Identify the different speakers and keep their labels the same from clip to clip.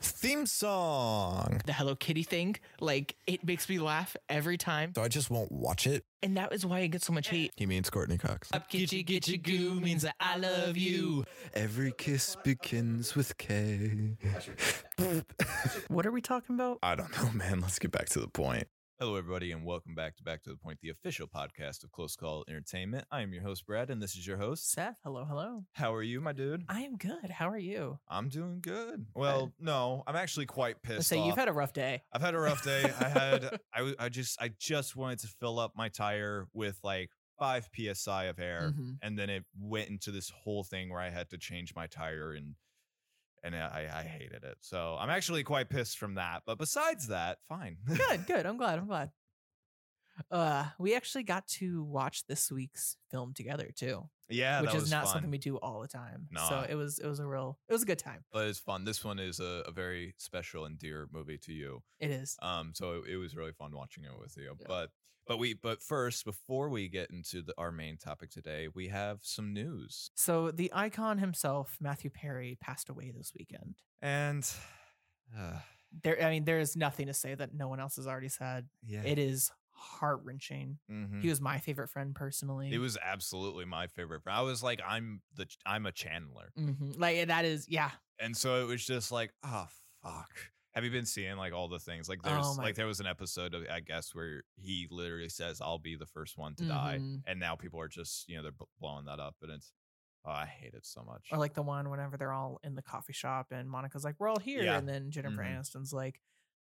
Speaker 1: theme song.
Speaker 2: The Hello Kitty thing, like it makes me laugh every time.
Speaker 1: So I just won't watch it.
Speaker 2: And that is why it gets so much hate.
Speaker 1: He means Courtney Cox.
Speaker 2: Up Gitchy Gitchy Goo means that I love you.
Speaker 1: Every kiss begins with K.
Speaker 3: What are we talking about?
Speaker 1: I don't know, man. Let's get back to the point.
Speaker 4: Hello, everybody, and welcome back to Back to the Point, the official podcast of Close Call Entertainment. I am your host, Brad, and this is your host.
Speaker 3: Seth, hello, hello.
Speaker 4: How are you, my dude?
Speaker 3: I am good. How are you?
Speaker 4: I'm doing good. Well, no, I'm actually quite pissed.
Speaker 3: Let's say
Speaker 4: off.
Speaker 3: you've had a rough day.
Speaker 4: I've had a rough day. I had I, w- I just I just wanted to fill up my tire with like five psi of air,
Speaker 3: Mhm.
Speaker 4: and then it went into this whole thing where I had to change my tire and and I, I hated it. So I'm actually quite pissed from that. But besides that, fine.
Speaker 3: Good, good. I'm glad. I'm glad. Uh, we actually got to watch this week's film together too,
Speaker 4: yeah,
Speaker 3: which
Speaker 4: that
Speaker 3: is
Speaker 4: was
Speaker 3: not
Speaker 4: fun.
Speaker 3: something we do all the time. So
Speaker 4: Nah.
Speaker 3: it was it was a real it was a good time.
Speaker 4: but it's fun. This one is a, a very special and dear movie to you.
Speaker 3: It is.
Speaker 4: Um, so it, it was really fun watching it with you.
Speaker 3: Yeah.
Speaker 4: But but we but first, before we get into the, our main topic today, we have some news.
Speaker 3: So the icon himself, Matthew Perry, passed away this weekend.
Speaker 4: And uh,
Speaker 3: There, I mean, there is nothing to say that no one else has already said.
Speaker 4: yeah,
Speaker 3: It is heart wrenching.
Speaker 4: mhm.
Speaker 3: He was my favorite friend personally.
Speaker 4: it was absolutely my favorite. I was like, I'm the Ch- I'm a Chandler,
Speaker 3: Mhm. like that is yeah.
Speaker 4: and so it was just like, oh fuck. Have you been seeing like all the things? Like there's
Speaker 3: Oh my-
Speaker 4: like there was an episode of I guess where he literally says, "I'll be the first one to die,"
Speaker 3: Mhm.
Speaker 4: and now people are just you know they're bl- blowing that up, and it's oh, I hate it so much.
Speaker 3: Or like the one whenever they're all in the coffee shop and Monica's like, "We're all here,"
Speaker 4: Yeah.
Speaker 3: and then Jennifer
Speaker 4: Mhm.
Speaker 3: Aniston's like,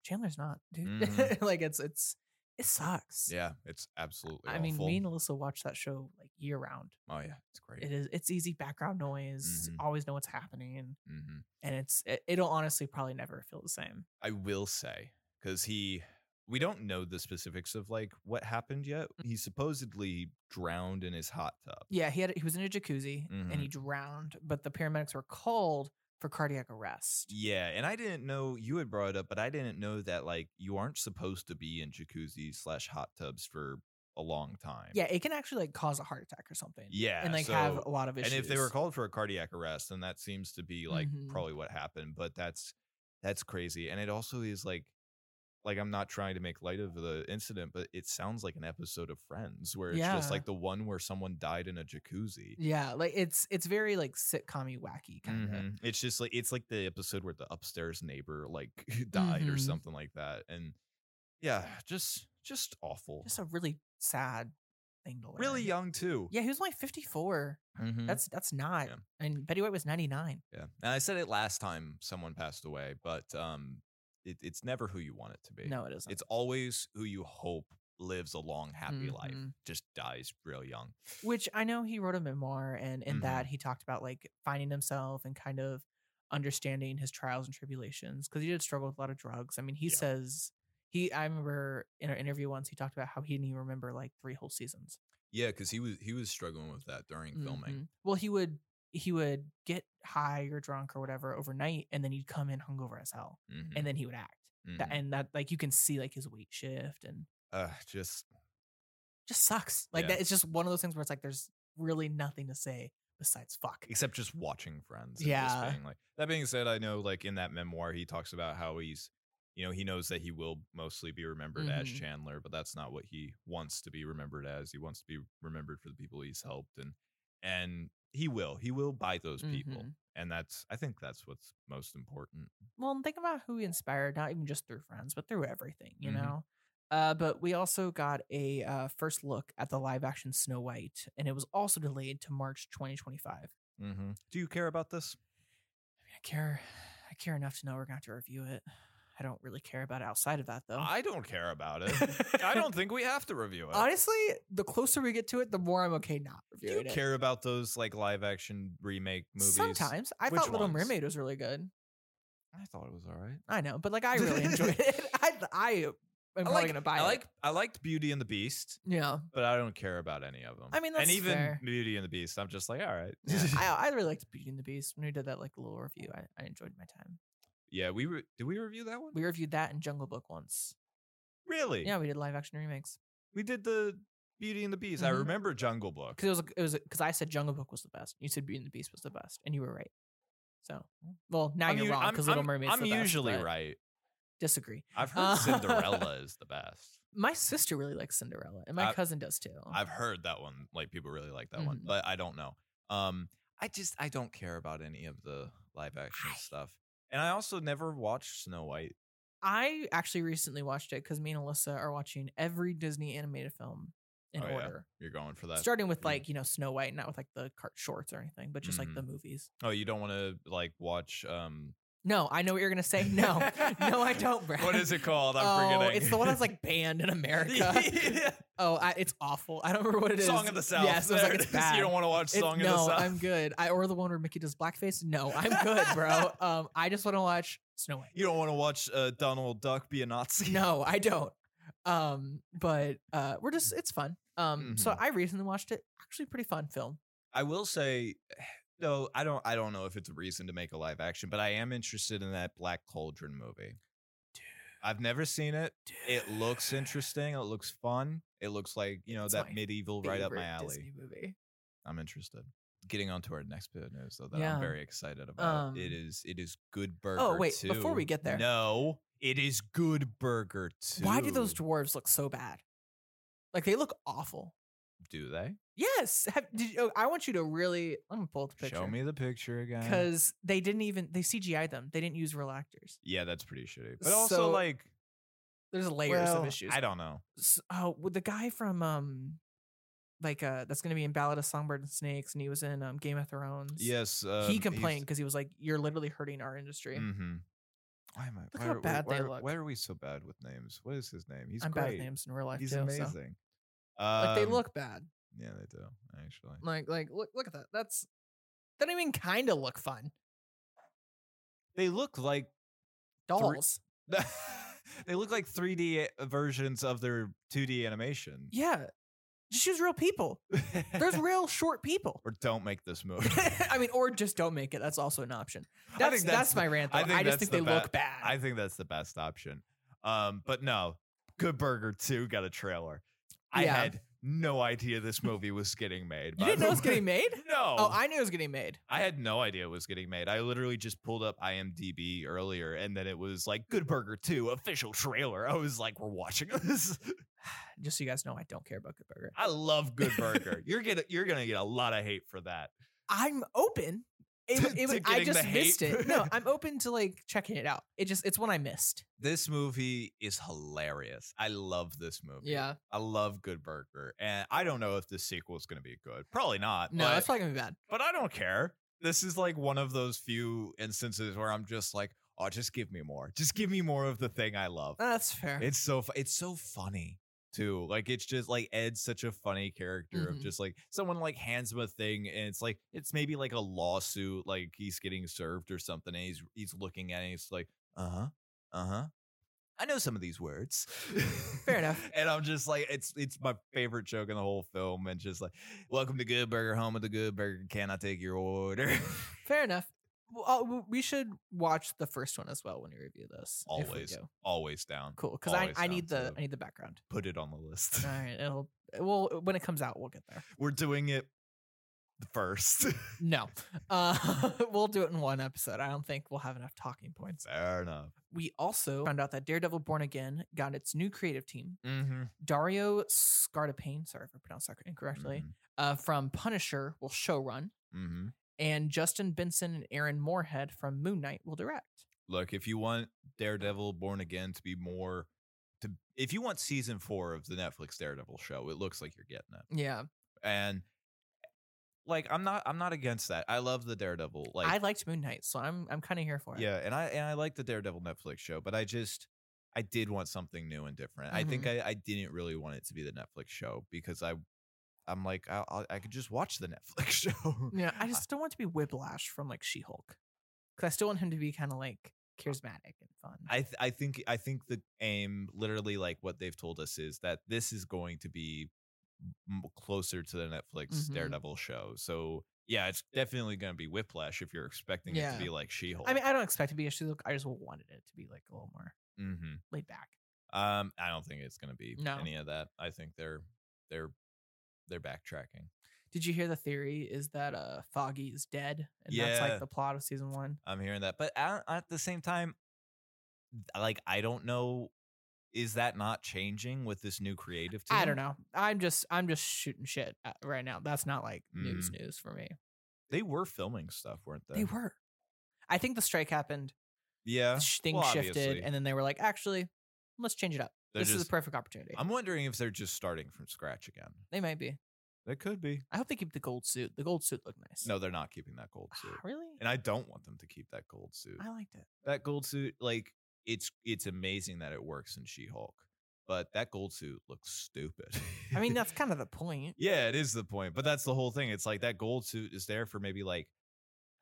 Speaker 3: "Chandler's not,
Speaker 4: Mhm.
Speaker 3: dude." like it's it's it sucks.
Speaker 4: Yeah, it's absolutely.
Speaker 3: I mean,
Speaker 4: awful.
Speaker 3: me and Alyssa watch that show like year round.
Speaker 4: oh yeah, it's great.
Speaker 3: It is it's easy background noise.
Speaker 4: Mhm.
Speaker 3: Always know what's happening,
Speaker 4: mm-hmm.
Speaker 3: and it's it, it'll honestly probably never feel the same.
Speaker 4: I will say because he, we don't know the specifics of like what happened yet.
Speaker 3: Mm.
Speaker 4: He supposedly drowned in his hot tub.
Speaker 3: Yeah, he had he was in a jacuzzi
Speaker 4: Mm-hmm.
Speaker 3: and he drowned, but the paramedics were called for cardiac arrest.
Speaker 4: Yeah, and I didn't know you had brought it up, but I didn't know that like you aren't supposed to be in jacuzzi slash hot tubs for a long time.
Speaker 3: Yeah, it can actually like cause a heart attack or something.
Speaker 4: yeah,
Speaker 3: and like have
Speaker 4: so-
Speaker 3: a lot of
Speaker 4: and
Speaker 3: issues.
Speaker 4: if they were called for a cardiac arrest, then that seems to be like
Speaker 3: Mhm.
Speaker 4: probably what happened. But that's that's crazy, and it also is like like I'm not trying to make light of the incident, but it sounds like an episode of Friends where it's just
Speaker 3: Yeah.
Speaker 4: like the one where someone died in a jacuzzi.
Speaker 3: Yeah, like it's it's very like sitcom wacky kind of.
Speaker 4: Mhm. It's just like it's like the episode where the upstairs neighbor like died or
Speaker 3: Mhm.
Speaker 4: something like that, and yeah, just just awful.
Speaker 3: Just a really sad thing to learn.
Speaker 4: really young too.
Speaker 3: Yeah, he was only 54.
Speaker 4: Mhm.
Speaker 3: That's that's not.
Speaker 4: Yeah.
Speaker 3: And Betty White was 99.
Speaker 4: Yeah. And I said it last time someone passed away, but um it, it's never who you want it to be.
Speaker 3: No, it isn't.
Speaker 4: It's always who you hope lives a long, happy life,
Speaker 3: Mhm.
Speaker 4: just dies real young.
Speaker 3: Which I know he wrote a memoir and in that
Speaker 4: Mm-hmm.
Speaker 3: he talked about like finding himself and kind of understanding his trials and tribulations because he did struggle with a lot of drugs. I mean, he
Speaker 4: Yeah.
Speaker 3: says he I remember in an interview once he talked about how he didn't even remember like three whole seasons.
Speaker 4: Yeah, because he was he was struggling with that during filming.
Speaker 3: Mhm. Well, he would he would get high or drunk or whatever overnight and then he'd come in hungover as hell
Speaker 4: Mhm,
Speaker 3: and then he would act. Tha-
Speaker 4: mhm.
Speaker 3: and that like you can see like his weight shift and
Speaker 4: Ugh, just
Speaker 3: just sucks. Like
Speaker 4: Yeah.
Speaker 3: that it's just one of those things where it's like there's really nothing to say besides fuck.
Speaker 4: except just watching Friends. and just
Speaker 3: Yeah.
Speaker 4: being like that being said, I know like in that memoir he talks about how he's you know he knows that he will mostly be remembered as
Speaker 3: Mhm.
Speaker 4: Chandler, but that's not what he wants to be remembered as. He wants to be remembered for the people he's helped and and he will he will by those people
Speaker 3: Mhm.
Speaker 4: and that's i think that's what's most important
Speaker 3: Well, and think about who he inspired, not even just through friends, but through everything, you
Speaker 4: Mhm.
Speaker 3: know? Uh, but we also got a uh, first look at the live action Snow White, and it was also delayed to March 2025. I mean,
Speaker 4: Mm-hmm. Do you care about this?
Speaker 3: I care, I care enough to know we're going to have to review it. I don't really care about it outside of that, though.
Speaker 4: I don't care about it. I don't think we have to review it.
Speaker 3: Honestly, the closer we get to it, the more I'm okay not
Speaker 4: Do you
Speaker 3: reviewing it.
Speaker 4: care about those like live action remake movies?
Speaker 3: Sometimes I
Speaker 4: Which
Speaker 3: thought Little
Speaker 4: ones?
Speaker 3: Mermaid was really good.
Speaker 4: I thought it was all right.
Speaker 3: I know, but like I really enjoyed it. I I am probably
Speaker 4: like,
Speaker 3: gonna
Speaker 4: I
Speaker 3: buy it.
Speaker 4: like I liked Beauty and the Beast,
Speaker 3: yeah,
Speaker 4: but I don't care about any of them.
Speaker 3: I mean,
Speaker 4: and
Speaker 3: that's
Speaker 4: even
Speaker 3: fair.
Speaker 4: Beauty and the Beast, I'm just like, all right.
Speaker 3: yeah. I, I really liked Beauty and the Beast when we did that like little review. I, I enjoyed my time.
Speaker 4: yeah, we re- did we review that one?
Speaker 3: We reviewed that and Jungle Book once.
Speaker 4: really?
Speaker 3: Yeah, we did live action remakes
Speaker 4: We did the Beauty and the Beast. I
Speaker 3: Mhm.
Speaker 4: remember Jungle Book.
Speaker 3: because it was it was because I said Jungle Book was the best. You said Beauty and the Beast was the best, and you were right. So, well, now you're
Speaker 4: u-
Speaker 3: wrong because Little
Speaker 4: I'm-
Speaker 3: Mermaid's
Speaker 4: I'm
Speaker 3: the best,
Speaker 4: usually
Speaker 3: but
Speaker 4: right.
Speaker 3: Disagree.
Speaker 4: I've
Speaker 3: Uh,
Speaker 4: heard Cinderella is the best.
Speaker 3: My sister really likes Cinderella, and my
Speaker 4: I-
Speaker 3: cousin does too.
Speaker 4: I've heard that one. Like people really like that one,
Speaker 3: Mhm.
Speaker 4: but I don't know. Um, I just I don't care about any of the live action stuff, and I also never watched Snow White.
Speaker 3: I actually recently watched it because me and Alyssa are watching every Disney animated film in
Speaker 4: Oh, yeah.
Speaker 3: order,
Speaker 4: You're going for that.
Speaker 3: starting with
Speaker 4: yeah.
Speaker 3: like you know Snow White, not with like the cart shorts or anything, but just like the movies.
Speaker 4: oh, you don't want to like watch. Um,
Speaker 3: No, I know what you're gonna say. No, no, I don't, Brad.
Speaker 4: What is it called? I'm
Speaker 3: oh,
Speaker 4: forgetting.
Speaker 3: it's the one that's like banned in America.
Speaker 4: Yeah.
Speaker 3: Oh, I, it's awful. I don't remember what it is.
Speaker 4: Song of the South.
Speaker 3: Yes, I was
Speaker 4: There
Speaker 3: like,
Speaker 4: it
Speaker 3: it's
Speaker 4: is.
Speaker 3: bad.
Speaker 4: You don't want to watch
Speaker 3: It-
Speaker 4: Song
Speaker 3: no,
Speaker 4: of the South.
Speaker 3: I'm good. I or the one where Mickey does blackface. No, I'm good, bro. um, I just want to watch Snow White.
Speaker 4: You don't want to watch uh, Donald Duck be a Nazi.
Speaker 3: No, I don't. Um, but uh, we're just it's fun. Um, so
Speaker 4: Mhm.
Speaker 3: I recently watched it. Actually, pretty fun film.
Speaker 4: I will say, no, I don't. I don't know if it's a reason to make a live action, but I am interested in that Black Cauldron movie. I've never seen it. It looks interesting. It looks fun. It looks like you know
Speaker 3: It's
Speaker 4: that
Speaker 3: my
Speaker 4: medieval right up my
Speaker 3: Favorite
Speaker 4: alley.
Speaker 3: Disney movie.
Speaker 4: I'm interested. Getting on to our next bit of news, though, that
Speaker 3: Yeah.
Speaker 4: I'm very excited about. it
Speaker 3: Um, oh,
Speaker 4: is it is Good Burger.
Speaker 3: wait, before we
Speaker 4: 2.
Speaker 3: get there.
Speaker 4: no, it is Good Burger Two.
Speaker 3: Why do those dwarves look so bad? Like they look awful.
Speaker 4: do they
Speaker 3: Yes. Have, did you, oh, I want you to really let me pull up the picture.
Speaker 4: show me the picture again?
Speaker 3: because they didn't even they CGI them. They didn't use real actors.
Speaker 4: yeah, that's pretty shitty. But also
Speaker 3: So,
Speaker 4: like
Speaker 3: There's layers
Speaker 4: well,
Speaker 3: of issues.
Speaker 4: I don't know.
Speaker 3: s- oh with the guy from um like uh that's gonna be in Ballad of Songbird and Snakes and he was in um Game of Thrones.
Speaker 4: Yes, um,
Speaker 3: he
Speaker 4: he's-
Speaker 3: complained because he was like, "You're literally hurting our industry."
Speaker 4: Mm-hmm. Why am I?
Speaker 3: Look
Speaker 4: why
Speaker 3: how
Speaker 4: are, we-
Speaker 3: bad
Speaker 4: why,
Speaker 3: they
Speaker 4: are-
Speaker 3: look.
Speaker 4: Why are we so bad with names? What is his name? He's
Speaker 3: I'm
Speaker 4: great.
Speaker 3: bad with names in real life
Speaker 4: He's
Speaker 3: too. so-
Speaker 4: amazing.
Speaker 3: Like they
Speaker 4: Um,
Speaker 3: look bad.
Speaker 4: Yeah, they do actually.
Speaker 3: Like like look look at that. That's they don't even kind of look fun.
Speaker 4: They look like
Speaker 3: Dolls.
Speaker 4: they look like 3D versions of their 2D animation.
Speaker 3: Yeah, just use real people. There's real short people.
Speaker 4: or don't make this movie.
Speaker 3: I mean, or just don't make it. That's also an option. That's
Speaker 4: think
Speaker 3: that's,
Speaker 4: that's the-
Speaker 3: my rant. Though.
Speaker 4: I
Speaker 3: I,
Speaker 4: think
Speaker 3: just
Speaker 4: that's
Speaker 3: think
Speaker 4: the
Speaker 3: they
Speaker 4: ba-
Speaker 3: look bad.
Speaker 4: I think that's the best option. Um, but no, Good Burger 2 got a trailer. I
Speaker 3: Yeah.
Speaker 4: had no idea this movie was getting made.
Speaker 3: you
Speaker 4: by
Speaker 3: didn't know
Speaker 4: the
Speaker 3: it was
Speaker 4: way.
Speaker 3: getting made?
Speaker 4: No.
Speaker 3: Oh, I knew it was getting made.
Speaker 4: I had no idea it was getting made. I literally just pulled up IMDb earlier and then it was like Good Burger 2 official trailer. I was like, we're watching this.
Speaker 3: Just so you guys know, I don't care about Good Burger.
Speaker 4: I love Good Burger. you're gonna you're gonna get a lot of hate for that.
Speaker 3: I'm open. It,
Speaker 4: To-
Speaker 3: it,
Speaker 4: to
Speaker 3: I
Speaker 4: getting the
Speaker 3: just missed
Speaker 4: hate.
Speaker 3: it. No, I'm open to like checking it out. It just it's one I missed.
Speaker 4: This movie is hilarious. I love this movie. I love Good Burger. And I don't know if this sequel is gonna be good. Probably not.
Speaker 3: No,
Speaker 4: but,
Speaker 3: that's probably gonna be bad.
Speaker 4: but I don't care. This is like one of those few instances where I'm just like, oh, just give me more. Just give me more of the thing I love.
Speaker 3: uh, That's fair.
Speaker 4: It's so fu- it's so funny too. Like it's just like Ed's such a funny character of
Speaker 3: Mhm.
Speaker 4: just like someone like hands him a thing and it's like it's maybe like a lawsuit, like he's getting served or something, and he's he's looking at it and he's like, uh huh, uh huh. I know some of these words.
Speaker 3: Fair enough.
Speaker 4: and I'm just like, it's it's my favorite joke in the whole film. And just like, welcome to Good Burger, home of the Good Burger. Can I take your order?
Speaker 3: fair enough. Well, uh, w- we should watch the first one as well when we review this. if we
Speaker 4: Always.
Speaker 3: do.
Speaker 4: Always down.
Speaker 3: cool. Because I,
Speaker 4: Always
Speaker 3: I
Speaker 4: down
Speaker 3: need the
Speaker 4: to-
Speaker 3: I need the background.
Speaker 4: Put it on the list.
Speaker 3: All right, it'll well when it comes out we'll get there.
Speaker 4: We're doing it first.
Speaker 3: No, uh, we'll do it in one episode. I don't think we'll have enough talking points.
Speaker 4: Fair enough.
Speaker 3: We also found out that Daredevil Born Again got its new creative team
Speaker 4: Mm-hmm.
Speaker 3: Dario Scardapane, sorry if I pronounced that incorrectly, uh, from Punisher will showrun,
Speaker 4: Mm-hmm.
Speaker 3: and Justin Benson and Aaron Moorhead from Moon Knight will direct.
Speaker 4: Look, if you want Daredevil Born Again to be more, to if you want season four of the Netflix Daredevil show, it looks like you're getting it.
Speaker 3: Yeah,
Speaker 4: And like, I'm not, I'm not against that. I love the Daredevil. Like,
Speaker 3: I liked Moon Knight, so I'm I'm kind of here for it.
Speaker 4: yeah, and I and I like the Daredevil Netflix show, but I just, I did want something new and different. I think I, I didn't really want it to be the Netflix show because I, I'm like, I, I, I could just watch the Netflix show.
Speaker 3: yeah. I just don't want to be Whiplash from like She Hulk, because I still want him to be kind of like charismatic and fun.
Speaker 4: I th- I think I think the aim, literally, like what they've told us, is that this is going to be m- closer to the Netflix
Speaker 3: Mhm.
Speaker 4: Daredevil show. So yeah, it's definitely going to be Whiplash if you're expecting it
Speaker 3: Yeah.
Speaker 4: to be like She-Hulk.
Speaker 3: I mean, I don't expect to be a She Hulk. I just wanted it to be like a little more
Speaker 4: hmm
Speaker 3: laid back.
Speaker 4: um, I don't think it's going to be
Speaker 3: No.
Speaker 4: any of that. I think they're they're they're backtracking.
Speaker 3: Did you hear the theory is that uh Foggy is dead and that's
Speaker 4: Yeah.
Speaker 3: like the plot of season 1?
Speaker 4: I'm hearing that, but at, at the same time, like I don't know, is that not changing with this new creative team?
Speaker 3: I don't know. I'm just I'm just shooting shit uh, right now. That's not like news
Speaker 4: Mm.
Speaker 3: news for me.
Speaker 4: They were filming stuff, weren't they?
Speaker 3: They were. I think the strike happened,
Speaker 4: Yeah.
Speaker 3: sh- things
Speaker 4: well,
Speaker 3: shifted
Speaker 4: obviously.
Speaker 3: and then they were like actually let's change it up.
Speaker 4: They're
Speaker 3: this is
Speaker 4: just-
Speaker 3: the perfect opportunity.
Speaker 4: I'm wondering if they're just starting from scratch again.
Speaker 3: they might be.
Speaker 4: They could be.
Speaker 3: I hope they keep the gold suit. The gold suit looked nice. Ah,
Speaker 4: No, they're not keeping that gold suit.
Speaker 3: really?
Speaker 4: And I don't want them to keep that gold suit.
Speaker 3: I liked it.
Speaker 4: That gold suit, like it's it's amazing that it works in She-Hulk, but that gold suit looks stupid.
Speaker 3: I mean, that's kind of the point.
Speaker 4: Yeah, it is the point. But that's the whole thing. It's like that gold suit is there for maybe like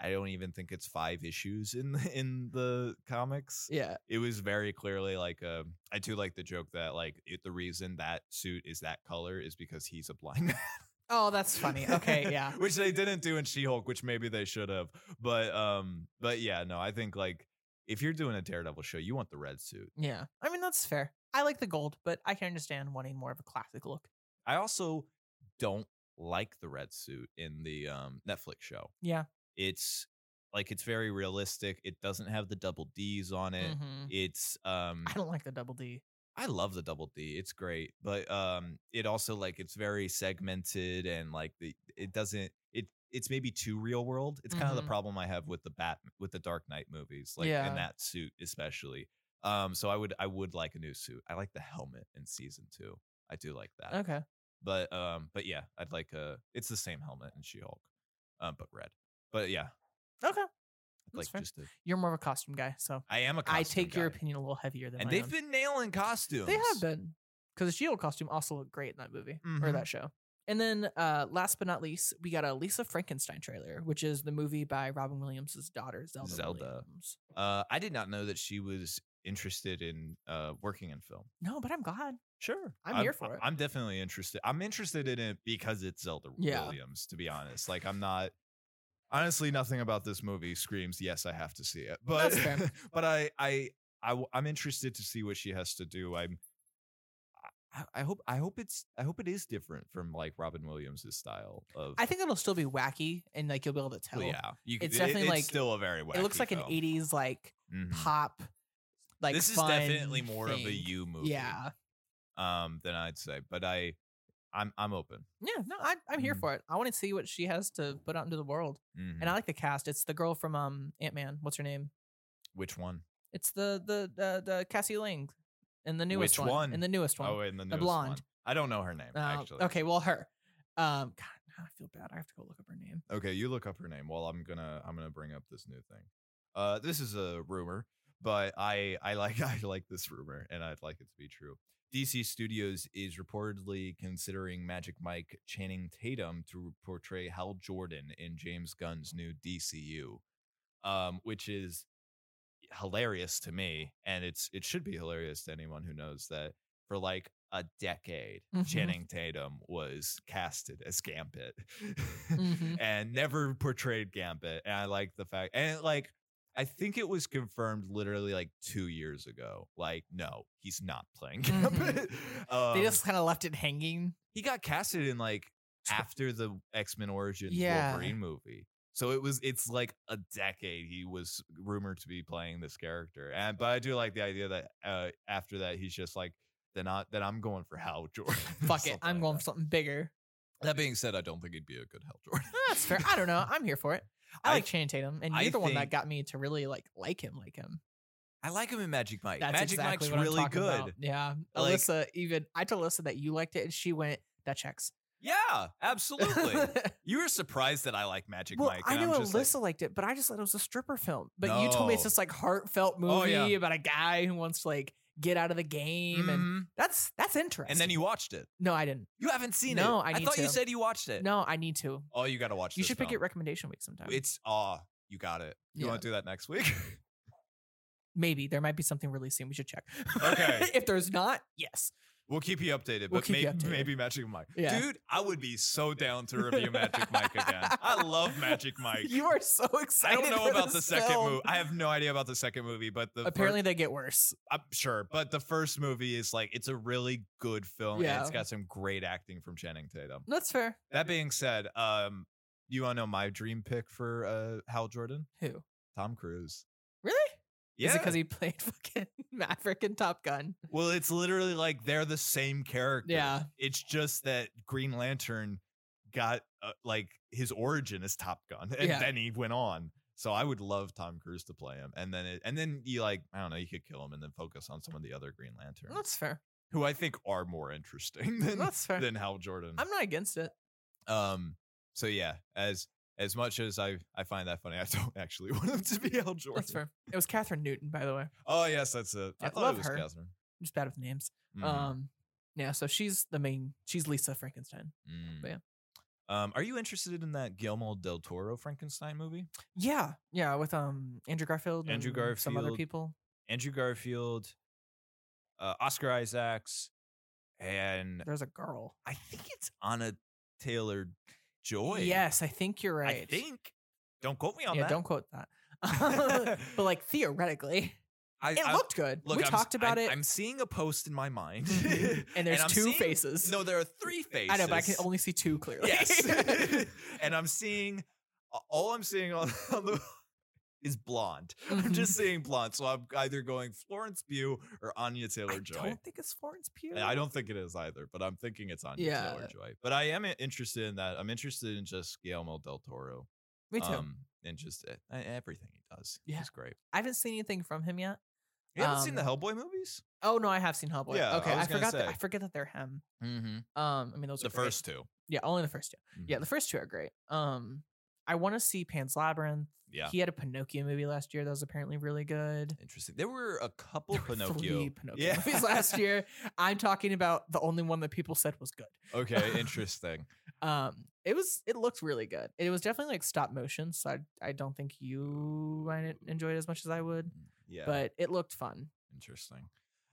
Speaker 4: I don't even think it's five issues in the, in the comics.
Speaker 3: Yeah.
Speaker 4: It was very clearly like uh, I do like the joke that like it, the reason that suit is that color is because he's a blind man.
Speaker 3: Oh, that's funny. Okay, yeah.
Speaker 4: which they didn't do in She-Hulk, which maybe they should have. But um but yeah, no, I think like if you're doing a Daredevil show, you want the red suit.
Speaker 3: Yeah. I mean, that's fair. I like the gold, but I can understand wanting more of a classic look.
Speaker 4: I also don't like the red suit in the um, Netflix show.
Speaker 3: Yeah.
Speaker 4: It's like it's very realistic. It doesn't have the double D's on it.
Speaker 3: Mhm.
Speaker 4: It's um
Speaker 3: I don't like the double D.
Speaker 4: I love the double D. It's great, but um it also like it's very segmented and like the it doesn't it it's maybe too real world. It's kind of
Speaker 3: Mhm.
Speaker 4: the problem I have with the Bat with the Dark Knight movies, like
Speaker 3: Yeah.
Speaker 4: and that suit especially. Um so I would I would like a new suit. I like the helmet in season 2. I do like that
Speaker 3: Okay.
Speaker 4: but um but yeah i'd like a it's the same helmet in she-hulk um but red but yeah
Speaker 3: Okay.
Speaker 4: I'd like
Speaker 3: fair.
Speaker 4: just a,
Speaker 3: You're more of a costume guy, so
Speaker 4: i am a costume
Speaker 3: I take your
Speaker 4: guy.
Speaker 3: opinion a little heavier than
Speaker 4: and
Speaker 3: my
Speaker 4: they've
Speaker 3: own.
Speaker 4: been nailing costumes
Speaker 3: They have been. Because the Shield E costume also looked great in that movie or
Speaker 4: Mhm.
Speaker 3: that show. And then uh, last but not least, we got a Lisa Frankenstein trailer, which is the movie by Robin Williams' daughter, Zelda.
Speaker 4: Zelda.
Speaker 3: Williams.
Speaker 4: uh i did not know that she was interested in uh working in film
Speaker 3: No, but I'm glad.
Speaker 4: sure
Speaker 3: I'm here for it.
Speaker 4: i'm definitely interested i'm interested in it because it's zelda
Speaker 3: Yeah.
Speaker 4: williams to be honest like i'm not honestly nothing about this movie screams yes i have to see it but
Speaker 3: That's fair.
Speaker 4: but I, I i w- i'm interested to see what she has to do i'm I, I hope i hope it's i hope it is different from like robin williams' style of
Speaker 3: I think it'll still be wacky and like you'll be able to tell.
Speaker 4: Well, yeah you, c-
Speaker 3: It's
Speaker 4: it-
Speaker 3: definitely,
Speaker 4: it's
Speaker 3: like-
Speaker 4: still a very
Speaker 3: It looks
Speaker 4: wacky
Speaker 3: like an
Speaker 4: film.
Speaker 3: 80s like
Speaker 4: Mhm.
Speaker 3: pop like
Speaker 4: this is
Speaker 3: fun
Speaker 4: definitely more of a
Speaker 3: thing.
Speaker 4: you movie
Speaker 3: Yeah.
Speaker 4: um than i'd say but i i'm i'm open
Speaker 3: Yeah, no, I, I'm here
Speaker 4: Mhm.
Speaker 3: for it. I want to see what she has to put out into the world,
Speaker 4: Mhm.
Speaker 3: and I like the cast. It's the girl from um Ant Man. What's her name?
Speaker 4: which one
Speaker 3: It's the the the, the Cassie Lang, and the newest
Speaker 4: Which one?
Speaker 3: and the newest one.
Speaker 4: Oh, and the, newest
Speaker 3: blonde.
Speaker 4: one. I don't know her name
Speaker 3: Uh,
Speaker 4: actually.
Speaker 3: okay, well her. Um, God, now I feel bad. I have to go look up her name.
Speaker 4: Okay, you look up her name while I'm gonna I'm gonna bring up this new thing. Uh, this is a rumor, but I I like I like this rumor and I'd like it to be true. DC Studios is reportedly considering Magic Mike Channing Tatum to portray Hal Jordan in James Gunn's new DCU, um, which is hilarious to me, and it's it should be hilarious to anyone who knows that for like a decade,
Speaker 3: Mhm.
Speaker 4: Channing Tatum was casted as Gambit
Speaker 3: Mhm.
Speaker 4: and never portrayed Gambit. And I like the fact, and like, I think it was confirmed literally like two years ago. Like, no, he's not playing
Speaker 3: Mhm.
Speaker 4: Gambit. um,
Speaker 3: they just kind of left it hanging.
Speaker 4: he got casted in like
Speaker 3: Tw-
Speaker 4: after the X Men Origins
Speaker 3: Yeah.
Speaker 4: Wolverine movie. So it was it's like a decade he was rumored to be playing this character. And but I do like the idea that uh, after that he's just like then I then I'm going for Hal Jordan.
Speaker 3: Fuck it, I'm going for
Speaker 4: for
Speaker 3: something bigger.
Speaker 4: that being said, I don't think he'd be a good Hal Jordan.
Speaker 3: That's fair. I don't know. I'm here for it. I,
Speaker 4: I-
Speaker 3: like Channing Tatum, and you're
Speaker 4: I
Speaker 3: the one that
Speaker 4: think-
Speaker 3: got me to really like like him, like him.
Speaker 4: I like him in Magic Mike.
Speaker 3: That's
Speaker 4: Magic
Speaker 3: exactly what
Speaker 4: Mike's really
Speaker 3: I'm talking
Speaker 4: good.
Speaker 3: About. Yeah,
Speaker 4: Like-
Speaker 3: Alyssa. Even I told Alyssa that you liked it, and she went, "That checks."
Speaker 4: Yeah, absolutely. you were surprised that I like Magic
Speaker 3: well,
Speaker 4: Mike.
Speaker 3: I
Speaker 4: and
Speaker 3: know
Speaker 4: I'm just like,
Speaker 3: Alyssa liked it, but I just thought it was a stripper film. But you told me it's
Speaker 4: No.
Speaker 3: this like heartfelt movie
Speaker 4: Oh, yeah.
Speaker 3: about a guy who wants to like get out of the game, and
Speaker 4: "Mhm."
Speaker 3: that's that's interesting.
Speaker 4: and then you watched it.
Speaker 3: no, I didn't.
Speaker 4: You haven't seen it.
Speaker 3: No, I need
Speaker 4: thought you
Speaker 3: to.
Speaker 4: said you watched it.
Speaker 3: No, I need to.
Speaker 4: Oh, you got to watch.
Speaker 3: You
Speaker 4: this
Speaker 3: should pick
Speaker 4: film.
Speaker 3: it recommendation week sometime.
Speaker 4: It's ah, you got it. You
Speaker 3: Yeah.
Speaker 4: want to do that next week?
Speaker 3: Maybe there might be something releasing. We should check.
Speaker 4: Okay.
Speaker 3: if there's not, yes.
Speaker 4: We'll keep you updated,
Speaker 3: We'll
Speaker 4: but
Speaker 3: keep
Speaker 4: may-
Speaker 3: you updated.
Speaker 4: maybe Magic Mike.
Speaker 3: Yeah.
Speaker 4: Dude, I would be so down to review Magic Mike again. I love Magic Mike.
Speaker 3: You are so
Speaker 4: I
Speaker 3: excited.
Speaker 4: don't know
Speaker 3: for
Speaker 4: about
Speaker 3: this
Speaker 4: the second
Speaker 3: film.
Speaker 4: movie. I have no idea about the second movie, but the
Speaker 3: Apparently, they get worse.
Speaker 4: i I'm sure. But the first movie is like it's a really good film, and it's
Speaker 3: Yeah.
Speaker 4: got some great acting from Channing Tatum.
Speaker 3: That's fair.
Speaker 4: That being said, um, you want to know my dream pick for uh, Hal Jordan?
Speaker 3: Who?
Speaker 4: Tom Cruise.
Speaker 3: Really?
Speaker 4: Yeah.
Speaker 3: Is it because he played fucking Maverick and Top Gun?
Speaker 4: well, it's literally like they're the same character.
Speaker 3: Yeah.
Speaker 4: It's just that Green Lantern got uh, like his origin is Top Gun, and
Speaker 3: Yeah.
Speaker 4: then he went on. So I would love Tom Cruise to play him, and then it, and then you like I don't know you could kill him and then focus on some of the other Green Lanterns,
Speaker 3: That's fair.
Speaker 4: who I think are more interesting than
Speaker 3: That's fair.
Speaker 4: than Hal Jordan.
Speaker 3: I'm not against it.
Speaker 4: Um. So yeah, as as much as I I find that funny, I don't actually want him to be Al Jordan.
Speaker 3: That's fair. It was Catherine Newton, by the way.
Speaker 4: Oh yes, that's it. I
Speaker 3: Yeah,
Speaker 4: thought
Speaker 3: love
Speaker 4: it was
Speaker 3: her.
Speaker 4: Catherine.
Speaker 3: I'm just bad with names.
Speaker 4: Mhm,
Speaker 3: Um, yeah. So she's the main. She's Lisa Frankenstein.
Speaker 4: mhm.
Speaker 3: but yeah.
Speaker 4: Um, are you interested in that Guillermo del Toro Frankenstein movie?
Speaker 3: Yeah, yeah. With um Andrew Garfield,
Speaker 4: Andrew
Speaker 3: and some other
Speaker 4: Garfield.
Speaker 3: people.
Speaker 4: Andrew Garfield, uh, Oscar Isaacs, and
Speaker 3: There's a girl.
Speaker 4: I think it's Anna Taylor Joy.
Speaker 3: Yes, I think you're right.
Speaker 4: I think. Don't quote me on
Speaker 3: yeah,
Speaker 4: that.
Speaker 3: don't quote that. but like theoretically,
Speaker 4: I,
Speaker 3: it
Speaker 4: I-
Speaker 3: looked good.
Speaker 4: look,
Speaker 3: we
Speaker 4: I'm s-
Speaker 3: talked about
Speaker 4: I'm-
Speaker 3: it,
Speaker 4: I'm seeing a post in my mind,
Speaker 3: Mhm. and there's
Speaker 4: I'm
Speaker 3: two
Speaker 4: seeing-
Speaker 3: faces.
Speaker 4: No, there are three faces.
Speaker 3: I know, but I can only see two clearly.
Speaker 4: Yes. and I'm seeing all I'm seeing on, on the is blonde.
Speaker 3: Mm-hmm.
Speaker 4: I'm just seeing blonde. So I'm either going Florence Pugh or Anya
Speaker 3: I
Speaker 4: Taylor Joy.
Speaker 3: don't think it's Florence Pugh.
Speaker 4: I don't think it is either, but I'm thinking it's Anya
Speaker 3: Yeah.
Speaker 4: Taylor Joy. But I am i- interested in that. I'm interested in just Guillermo del Toro.
Speaker 3: Me too.
Speaker 4: and just e- e- everything he does.
Speaker 3: Yeah.
Speaker 4: He's great.
Speaker 3: I haven't seen anything from him yet.
Speaker 4: You haven't seen the
Speaker 3: Um,
Speaker 4: Hellboy movies?
Speaker 3: Oh no, I have seen Hellboy.
Speaker 4: Yeah, I
Speaker 3: okay, I,
Speaker 4: was gonna
Speaker 3: forgot. That,
Speaker 4: say.
Speaker 3: I forget that they're him.
Speaker 4: Mm-hmm.
Speaker 3: Um, I mean those
Speaker 4: The
Speaker 3: are great.
Speaker 4: first Mm-hmm. 2
Speaker 3: Yeah, only the first two. Yeah, the first two are great. Um, I want to see Pan's Labyrinth.
Speaker 4: Yeah.
Speaker 3: He had a Pinocchio movie last year that was apparently really good.
Speaker 4: Interesting. There were a couple
Speaker 3: There were
Speaker 4: Pinocchio.
Speaker 3: three Pinocchio movies last year. I'm talking about the only one that people said was good.
Speaker 4: okay, interesting.
Speaker 3: Um, it was it looked really good. It was definitely like stop motion, so I I don't think you might enjoy it as much as I would,
Speaker 4: Yeah.
Speaker 3: but it looked fun.
Speaker 4: Interesting.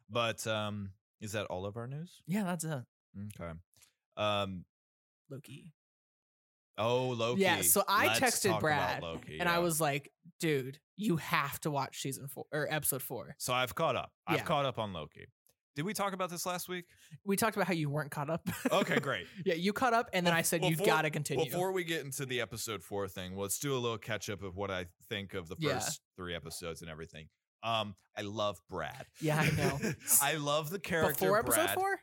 Speaker 4: But um is that all of our news?
Speaker 3: Yeah, that's a
Speaker 4: Okay. Um
Speaker 3: Loki.
Speaker 4: oh Loki.
Speaker 3: so I texted
Speaker 4: talk about
Speaker 3: Brad,
Speaker 4: Loki,
Speaker 3: And I
Speaker 4: yeah.
Speaker 3: was like, dude, you have to watch season four or episode four.
Speaker 4: So I've caught up. I've
Speaker 3: Yeah.
Speaker 4: caught up on Loki. Did we talk about this last week?
Speaker 3: We talked about how you weren't caught up.
Speaker 4: Okay, great.
Speaker 3: yeah, you caught up, and then I said you
Speaker 4: before-
Speaker 3: got to continue.
Speaker 4: Before we get into the episode four thing, let's do a little catch up of what I think of the first
Speaker 3: Yeah.
Speaker 4: three episodes and everything. Um, I love Brad.
Speaker 3: Yeah, I know.
Speaker 4: I love the character.
Speaker 3: Before episode
Speaker 4: Brad.
Speaker 3: four,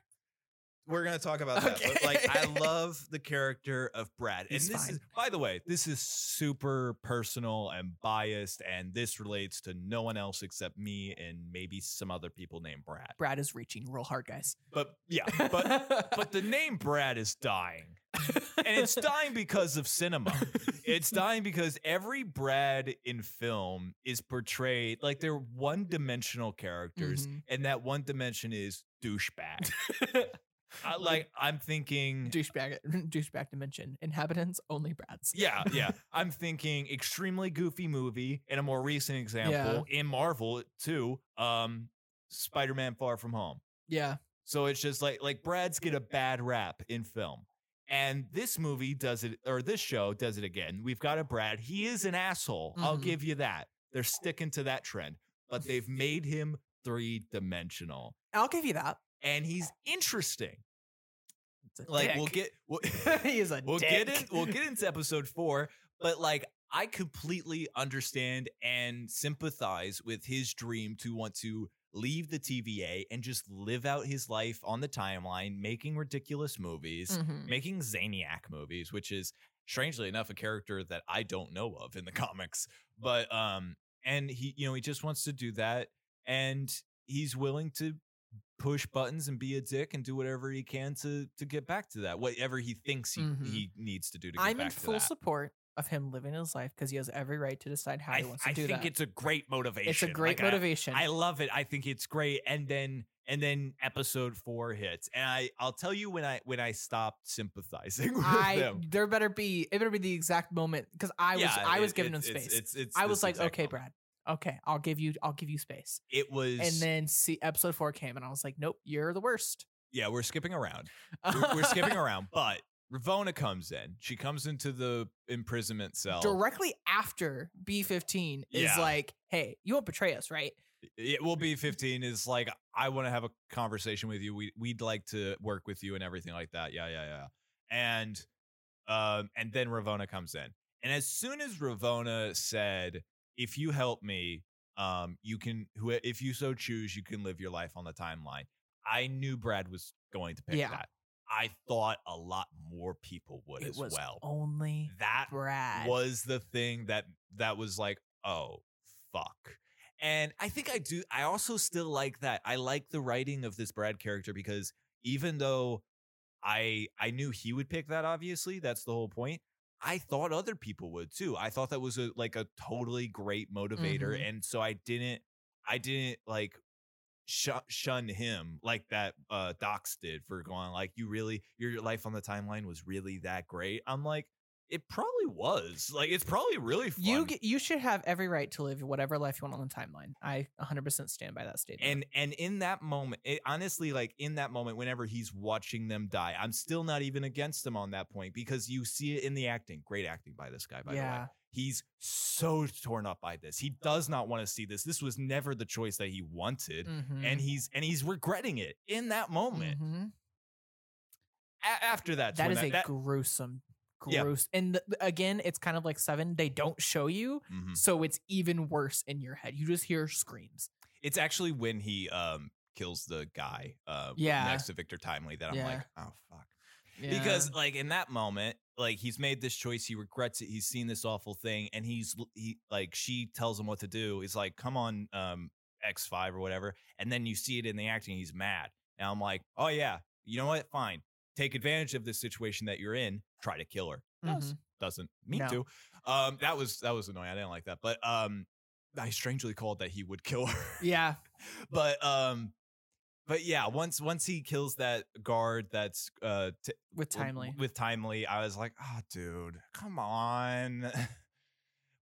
Speaker 4: We're gonna talk about that. But like, I
Speaker 3: Okay.
Speaker 4: love the character of Brad,
Speaker 3: He's
Speaker 4: and this
Speaker 3: fine.
Speaker 4: is, by the way, this is super personal and biased, and this relates to no one else except me and maybe some other people named Brad.
Speaker 3: Brad is reaching real hard, guys.
Speaker 4: But yeah, but but the name Brad is dying, and it's dying because of cinema. It's dying because every Brad in film is portrayed like they're one dimensional characters,
Speaker 3: Mhm.
Speaker 4: and that one dimension is douchebag. I, like I'm thinking,
Speaker 3: douchebag douchebag dimension inhabitants only Brad's.
Speaker 4: yeah, yeah. I'm thinking extremely goofy movie, and a more recent example in Marvel too, um, Spider-Man: Far From Home.
Speaker 3: yeah,
Speaker 4: So it's just like like Brad's get a bad rap in film. And this movie does it, or this show does it again. We've got a Brad. He is an asshole. I'll
Speaker 3: Mhm.
Speaker 4: give you that. They're sticking to that trend, but they've made him three dimensional,
Speaker 3: I'll give you that.
Speaker 4: and he's interesting.
Speaker 3: It's a
Speaker 4: Like
Speaker 3: dick.
Speaker 4: we'll get, we'll,
Speaker 3: he is a
Speaker 4: we'll
Speaker 3: dick.
Speaker 4: get in, we'll get into episode four. But like, I completely understand and sympathize with his dream to want to leave the TVA and just live out his life on the timeline, making ridiculous movies,
Speaker 3: Mhm.
Speaker 4: making Zaniac movies, which is strangely enough a character that I don't know of in the comics. But um, and he, you know, he just wants to do that, and he's willing to push buttons and be a dick and do whatever he can to to get back to that, whatever he thinks he,
Speaker 3: Mhm.
Speaker 4: he needs to do to get
Speaker 3: I'm in
Speaker 4: back to
Speaker 3: full
Speaker 4: that.
Speaker 3: support of him living his life because he has every right to decide how
Speaker 4: I,
Speaker 3: he wants to
Speaker 4: I
Speaker 3: do
Speaker 4: think
Speaker 3: that.
Speaker 4: it's a great motivation.
Speaker 3: It's a great
Speaker 4: Like, I-
Speaker 3: motivation.
Speaker 4: I love it. I think it's great. And then and then episode four hits, and I I'll tell you when I when I stopped sympathizing with
Speaker 3: I
Speaker 4: them.
Speaker 3: there better be it better be the exact moment because I was
Speaker 4: Yeah,
Speaker 3: I was
Speaker 4: it-
Speaker 3: giving him
Speaker 4: it's-
Speaker 3: space.
Speaker 4: It's, it's, it's
Speaker 3: I
Speaker 4: this
Speaker 3: was like,
Speaker 4: exact
Speaker 3: okay,
Speaker 4: moment.
Speaker 3: Brad, okay, I'll give you I'll give you space.
Speaker 4: It was
Speaker 3: And then see episode four came and I was like, nope, you're the worst.
Speaker 4: yeah, we're skipping around. We're, we're skipping around, but Ravona comes in. She comes into the imprisonment cell.
Speaker 3: Directly after B15 is
Speaker 4: Yeah.
Speaker 3: like, hey, you won't betray us, right?
Speaker 4: it will be 15 is like i want to have a conversation with you we, we'd like to work with you and everything like that yeah yeah yeah and um and then ravona comes in and as soon as ravona said if you help me um you can who if you so choose you can live your life on the timeline i knew brad was going to pick
Speaker 3: Yeah.
Speaker 4: that i thought a lot more people would
Speaker 3: it
Speaker 4: as
Speaker 3: was
Speaker 4: well
Speaker 3: only
Speaker 4: that
Speaker 3: Brad.
Speaker 4: was the thing that that was like, oh fuck. And I think I do I also still like that. I like the writing of this Brad character because even though I I knew he would pick that obviously, that's the whole point. I thought other people would too. I thought that was a like a totally great motivator
Speaker 3: Mhm.
Speaker 4: and so I didn't I didn't like shun, shun him like that uh docs did for going like you really your life on the timeline was really that great i'm like it probably was like it's probably really fun
Speaker 3: you get, you should have every right to live whatever life you want on the timeline. I 100% stand by that statement.
Speaker 4: and and in that moment it, honestly like in that moment whenever he's watching them die i'm still not even against him on that point because you see it in the acting great acting by this guy by the way
Speaker 3: yeah.
Speaker 4: He's so torn up by this. He does not want to see this. This was never the choice that he wanted.
Speaker 3: mm-hmm,
Speaker 4: And he's and he's regretting it in that moment.
Speaker 3: Mhm.
Speaker 4: A- after that,
Speaker 3: That is a
Speaker 4: that,
Speaker 3: gruesome,
Speaker 4: Yeah.
Speaker 3: gruesome. And th- again, it's kind of like seven. They don't show you,
Speaker 4: Mhm.
Speaker 3: so it's even worse in your head. You just hear screams.
Speaker 4: It's actually when he um kills the guy uh
Speaker 3: Yeah.
Speaker 4: next to Victor Timely that I'm like, oh fuck. Because
Speaker 3: Yeah.
Speaker 4: like in that moment, like he's made this choice, he regrets it, he's seen this awful thing, and he's l- he like she tells him what to do. He's like, come on, um, X5 or whatever. And then you see it in the acting, he's mad. And I'm like, oh yeah, you know what? Fine. Take advantage of this situation that you're in, try to kill her. Does-
Speaker 3: Mhm.
Speaker 4: Doesn't mean
Speaker 3: No.
Speaker 4: to. Um, that was that was annoying. I didn't like that. But um I strangely called that he would kill her
Speaker 3: yeah,
Speaker 4: but um but yeah once once he kills that guard that's uh t-
Speaker 3: with timely.
Speaker 4: with timely i was like oh dude come on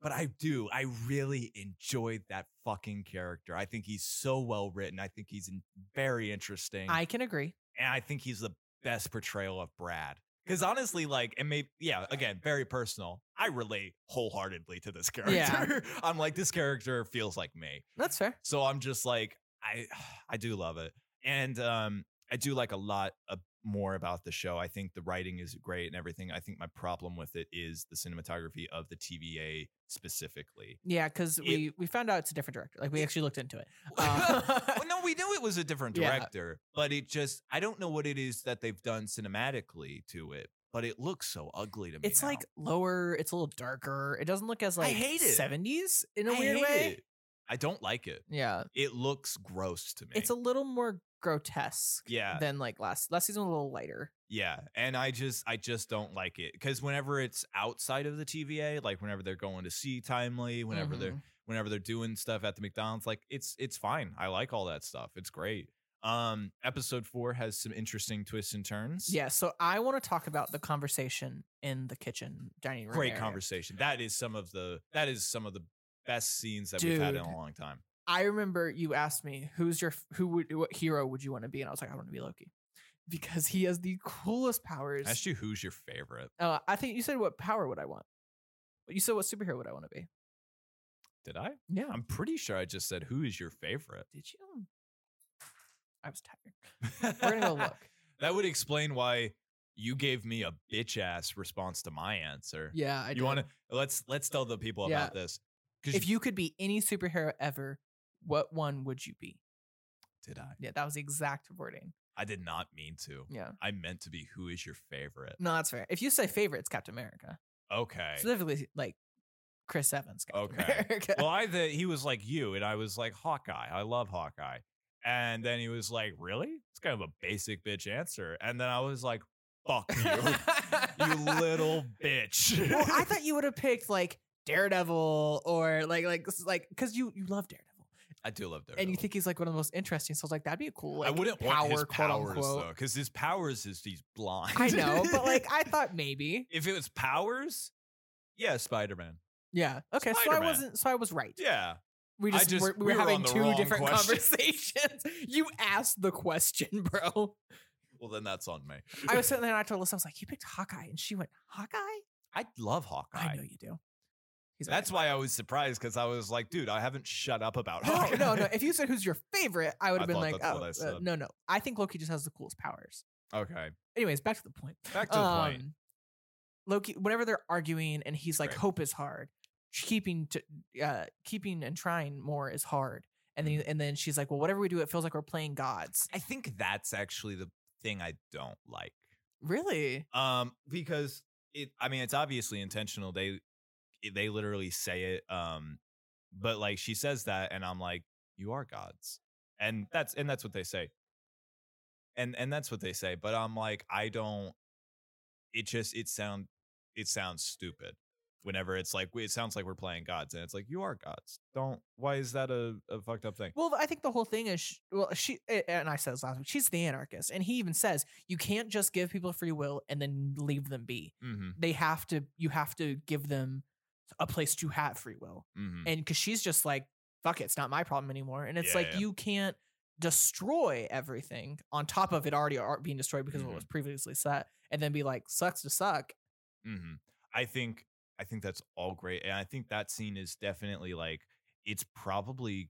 Speaker 4: but i do i really enjoyed that fucking character i think he's so well written i think he's in- very interesting
Speaker 3: I can agree.
Speaker 4: and i think he's the best portrayal of brad because honestly like and maybe yeah again very personal i relate wholeheartedly to this character
Speaker 3: Yeah.
Speaker 4: i'm like this character feels like me
Speaker 3: That's fair.
Speaker 4: so I'm just like, I I do love it. And um I do like a lot of more about the show. I think the writing is great and everything. I think my problem with it is the cinematography of the TVA specifically.
Speaker 3: Yeah, because
Speaker 4: It-
Speaker 3: we we found out it's a different director. Like we
Speaker 4: It-
Speaker 3: actually looked into it.
Speaker 4: well,
Speaker 3: Uh,
Speaker 4: no, we knew it was a different
Speaker 3: Yeah.
Speaker 4: director, but it just I don't know what it is that they've done cinematically to it, but it looks so ugly to me.
Speaker 3: it's
Speaker 4: now.
Speaker 3: like lower. It's a little darker. It doesn't look as like
Speaker 4: hate it.
Speaker 3: seventies in a
Speaker 4: I
Speaker 3: weird
Speaker 4: hate
Speaker 3: way.
Speaker 4: it. I don't like it.
Speaker 3: Yeah,
Speaker 4: It looks gross to me.
Speaker 3: it's a little more grotesque.
Speaker 4: yeah.
Speaker 3: than like last last season was a little lighter.
Speaker 4: Yeah, and I just I just don't like it because whenever it's outside of the TVA, like whenever they're going to see Timely, whenever
Speaker 3: Mm-hmm.
Speaker 4: they're whenever they're doing stuff at the McDonald's, like it's it's fine. I like all that stuff. It's great. Um, episode four has some interesting twists and turns.
Speaker 3: yeah. So I want to talk about the conversation in the kitchen dining room.
Speaker 4: great
Speaker 3: area.
Speaker 4: conversation. That is some of the that is some of the best scenes that we've had in
Speaker 3: Dude.
Speaker 4: a long time.
Speaker 3: I remember you asked me who's your f- who would what hero would you want to be, and I was like, I want to be Loki because he has the coolest powers.
Speaker 4: Asked you who's your favorite?
Speaker 3: Uh, I think you said what power would I want? But you said what superhero would I want to be?
Speaker 4: Did I?
Speaker 3: Yeah.
Speaker 4: I'm pretty sure I just said who is your favorite.
Speaker 3: Did you? I was tired. We're gonna go look.
Speaker 4: That would explain why you gave me a bitch ass response to my answer.
Speaker 3: Yeah, I
Speaker 4: you want to let's let's tell the people
Speaker 3: Yeah.
Speaker 4: about this. Because
Speaker 3: If you could be any superhero ever, what one would you be?
Speaker 4: did I,
Speaker 3: Yeah, that was the exact wording.
Speaker 4: I did not mean to.
Speaker 3: Yeah.
Speaker 4: I meant to be who is your favorite.
Speaker 3: No, that's fair. If you say favorite, it's Captain America.
Speaker 4: Okay.
Speaker 3: Specifically, like Chris Evans. Captain
Speaker 4: Okay.
Speaker 3: America.
Speaker 4: well, I th- he was like you, and I was like Hawkeye. I love Hawkeye. And then he was like, "Really? It's kind of a basic bitch answer." And then I was like, "Fuck you, you little bitch."
Speaker 3: well, I thought you would have picked like Daredevil or like like this is like because you you love Daredevil
Speaker 4: I do love Daredevil.
Speaker 3: and you think he's like one of the most interesting. So I was like, that'd be a cool.
Speaker 4: I
Speaker 3: like,
Speaker 4: wouldn't want his
Speaker 3: power,
Speaker 4: powers
Speaker 3: quote
Speaker 4: though,
Speaker 3: unquote.
Speaker 4: because his powers is he's blind.
Speaker 3: I know, but like I thought maybe.
Speaker 4: if it was powers, yeah, Spider Man.
Speaker 3: Yeah. Okay. So I
Speaker 4: Spider-Man.
Speaker 3: wasn't. So I was right.
Speaker 4: Yeah,
Speaker 3: We
Speaker 4: I
Speaker 3: just,
Speaker 4: just-
Speaker 3: were, we
Speaker 4: we
Speaker 3: were
Speaker 4: were on
Speaker 3: having
Speaker 4: the
Speaker 3: two
Speaker 4: wrong
Speaker 3: different
Speaker 4: question.
Speaker 3: conversations. you asked the question, bro.
Speaker 4: well, then that's on me.
Speaker 3: I was sitting there and I told Alyssa, I was like, you picked Hawkeye. And she went, Hawkeye?
Speaker 4: I love Hawkeye.
Speaker 3: I know you do. He's like,
Speaker 4: That's why I was surprised because I was like, dude, I haven't shut up about
Speaker 3: No,
Speaker 4: Hawkeye.
Speaker 3: no, no. If you said who's your favorite, I would
Speaker 4: I
Speaker 3: have been
Speaker 4: thought
Speaker 3: like,
Speaker 4: that's
Speaker 3: oh,
Speaker 4: what I
Speaker 3: uh,
Speaker 4: said.
Speaker 3: no, no. I think Loki just has the coolest powers.
Speaker 4: okay.
Speaker 3: Anyways, back to the point.
Speaker 4: Back to the point.
Speaker 3: Um, Loki, whenever they're arguing, and he's like,
Speaker 4: Right.
Speaker 3: "Hope is hard. Keeping to uh, keeping and trying more is hard." And then
Speaker 4: Mm-hmm.
Speaker 3: and then she's like, "Well, whatever we do, it feels like we're playing gods."
Speaker 4: I think that's actually the thing I don't like.
Speaker 3: Really?
Speaker 4: Um, because it I mean it's obviously intentional. They they literally say it. Um, but like she says that and I'm like, you are gods. And that's and that's what they say. And and that's what they say. But I'm like, I don't it just it sound it sounds stupid whenever it's like it sounds like we're playing gods and it's like you are gods. Don't why is that a, a fucked up thing?
Speaker 3: Well, I think the whole thing is, sh- well, she a- and I said this last week. She's the anarchist, and he even says you can't just give people free will and then leave them be.
Speaker 4: Mm-hmm.
Speaker 3: They have to. You have to give them a place to have free will.
Speaker 4: Mm-hmm.
Speaker 3: and because she's just like fuck it it's not my problem anymore and it's
Speaker 4: Yeah,
Speaker 3: like
Speaker 4: yeah.
Speaker 3: you can't destroy everything on top of it already ar- being destroyed because of
Speaker 4: Mhm.
Speaker 3: what was previously set and then be like sucks to suck
Speaker 4: hmm I think I think that's all great, and I think that scene is definitely like it's probably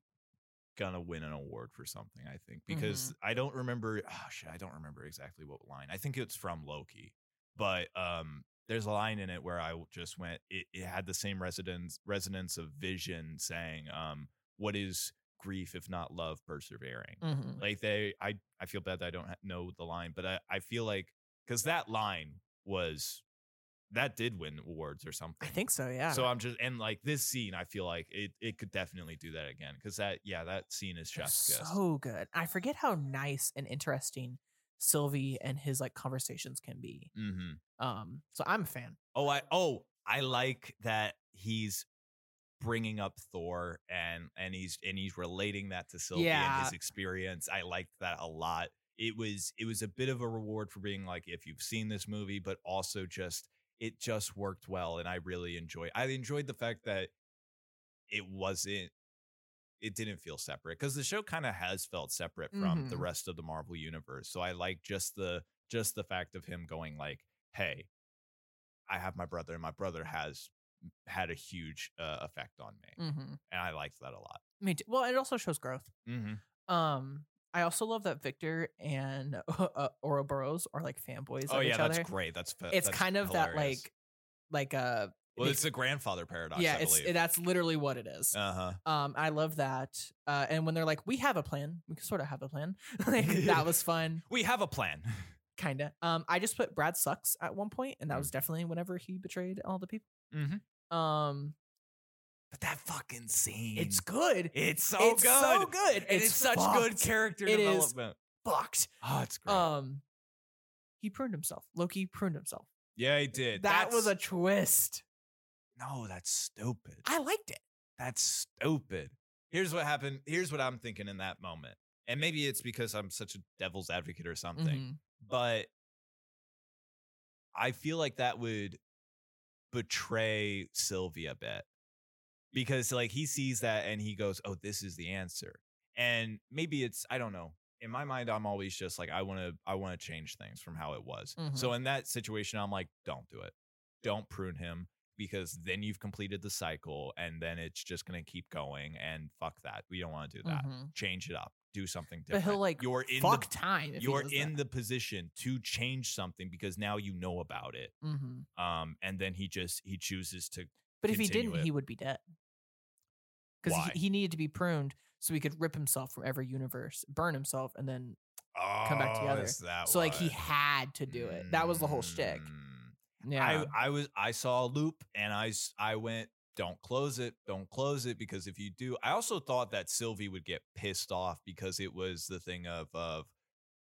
Speaker 4: gonna win an award for something. I think because I don't remember. Oh shit, I don't remember exactly what line. I think it's from Loki, but um, there's a line in it where I w- just went. It, it had the same resonance resonance of Vision saying, um, "What is grief if not love persevering?" like they i i feel bad that i don't ha- know the line but i i feel like because that line was that did win awards or something
Speaker 3: i think so yeah
Speaker 4: so i'm just and like this scene i feel like it it could definitely do that again because that yeah that scene is
Speaker 3: They're
Speaker 4: chef's kiss
Speaker 3: so good i forget how nice and interesting sylvie and his like conversations can be
Speaker 4: hmm
Speaker 3: um so i'm a fan
Speaker 4: oh i oh i like that he's bringing up thor and and he's and he's relating that to sylvie and his
Speaker 3: Yeah.
Speaker 4: experience i liked that a lot it was it was a bit of a reward for being like if you've seen this movie but also just it just worked well and i really enjoyed i enjoyed the fact that it wasn't it didn't feel separate because the show kind of has felt separate from the
Speaker 3: Mhm.
Speaker 4: rest of the marvel universe so i like just the just the fact of him going like hey i have my brother and my brother has had a huge uh, effect on me
Speaker 3: mm-hmm.
Speaker 4: and i liked that a lot
Speaker 3: me too well it also shows growth
Speaker 4: mm-hmm.
Speaker 3: um i also love that victor and uh, ouroboros are like fanboys
Speaker 4: oh
Speaker 3: of
Speaker 4: yeah
Speaker 3: each
Speaker 4: that's
Speaker 3: other
Speaker 4: great that's fa-
Speaker 3: it's
Speaker 4: that's
Speaker 3: kind of
Speaker 4: hilarious.
Speaker 3: that like like uh
Speaker 4: well
Speaker 3: they-
Speaker 4: it's the grandfather paradox
Speaker 3: yeah
Speaker 4: i
Speaker 3: it's
Speaker 4: believe
Speaker 3: that's literally what it is
Speaker 4: uh-huh
Speaker 3: um i love that uh and when they're like we have a plan we sort of have a plan like that was fun
Speaker 4: we have a plan
Speaker 3: kinda um i just put brad sucks at one point and that
Speaker 4: Mm.
Speaker 3: was definitely whenever he betrayed all the people
Speaker 4: Mhm.
Speaker 3: um
Speaker 4: but that fucking scene
Speaker 3: it's good
Speaker 4: it's so
Speaker 3: it's
Speaker 4: good
Speaker 3: so good
Speaker 4: and it's, such good
Speaker 3: fucked.
Speaker 4: character
Speaker 3: It is
Speaker 4: development
Speaker 3: fucked
Speaker 4: oh it's great
Speaker 3: um he pruned himself loki pruned himself
Speaker 4: yeah he did
Speaker 3: that was a
Speaker 4: That's-
Speaker 3: twist
Speaker 4: no that's stupid
Speaker 3: i liked it
Speaker 4: That's stupid. Here's what happened. Here's what I'm thinking in that moment. And maybe it's because I'm such a devil's advocate or something,
Speaker 3: Mhm.
Speaker 4: but I feel like that would betray Sylvia a bit because, like, he sees that and he goes, Oh, this is the answer. And maybe it's, I don't know. In my mind, I'm always just like, I want to, I want to change things from how it was.
Speaker 3: Mm-hmm.
Speaker 4: So in that situation, I'm like, Don't do it. Don't prune him because then you've completed the cycle and then it's just going to keep going and fuck that. We don't want to do that.
Speaker 3: Mhm.
Speaker 4: Change it up. Do something
Speaker 3: but
Speaker 4: different.
Speaker 3: he'll like
Speaker 4: you're in
Speaker 3: fuck
Speaker 4: the,
Speaker 3: time if he
Speaker 4: you're
Speaker 3: does
Speaker 4: in
Speaker 3: that.
Speaker 4: the position to change something because now you know about it.
Speaker 3: Mhm.
Speaker 4: Um, and then he just he chooses to.
Speaker 3: But if he
Speaker 4: continue
Speaker 3: didn't,
Speaker 4: it.
Speaker 3: he would be dead. Because
Speaker 4: Why?
Speaker 3: he, he needed to be pruned so he could rip himself from every universe, burn himself, and then
Speaker 4: oh,
Speaker 3: back together.
Speaker 4: it's That
Speaker 3: so like he
Speaker 4: one.
Speaker 3: had to do it. That was the whole shtick.
Speaker 4: Mm.
Speaker 3: Yeah,
Speaker 4: I I was I saw a loop and I s- I went don't close it, don't close it because if you do, I also thought that Sylvie would get pissed off because it was the thing of of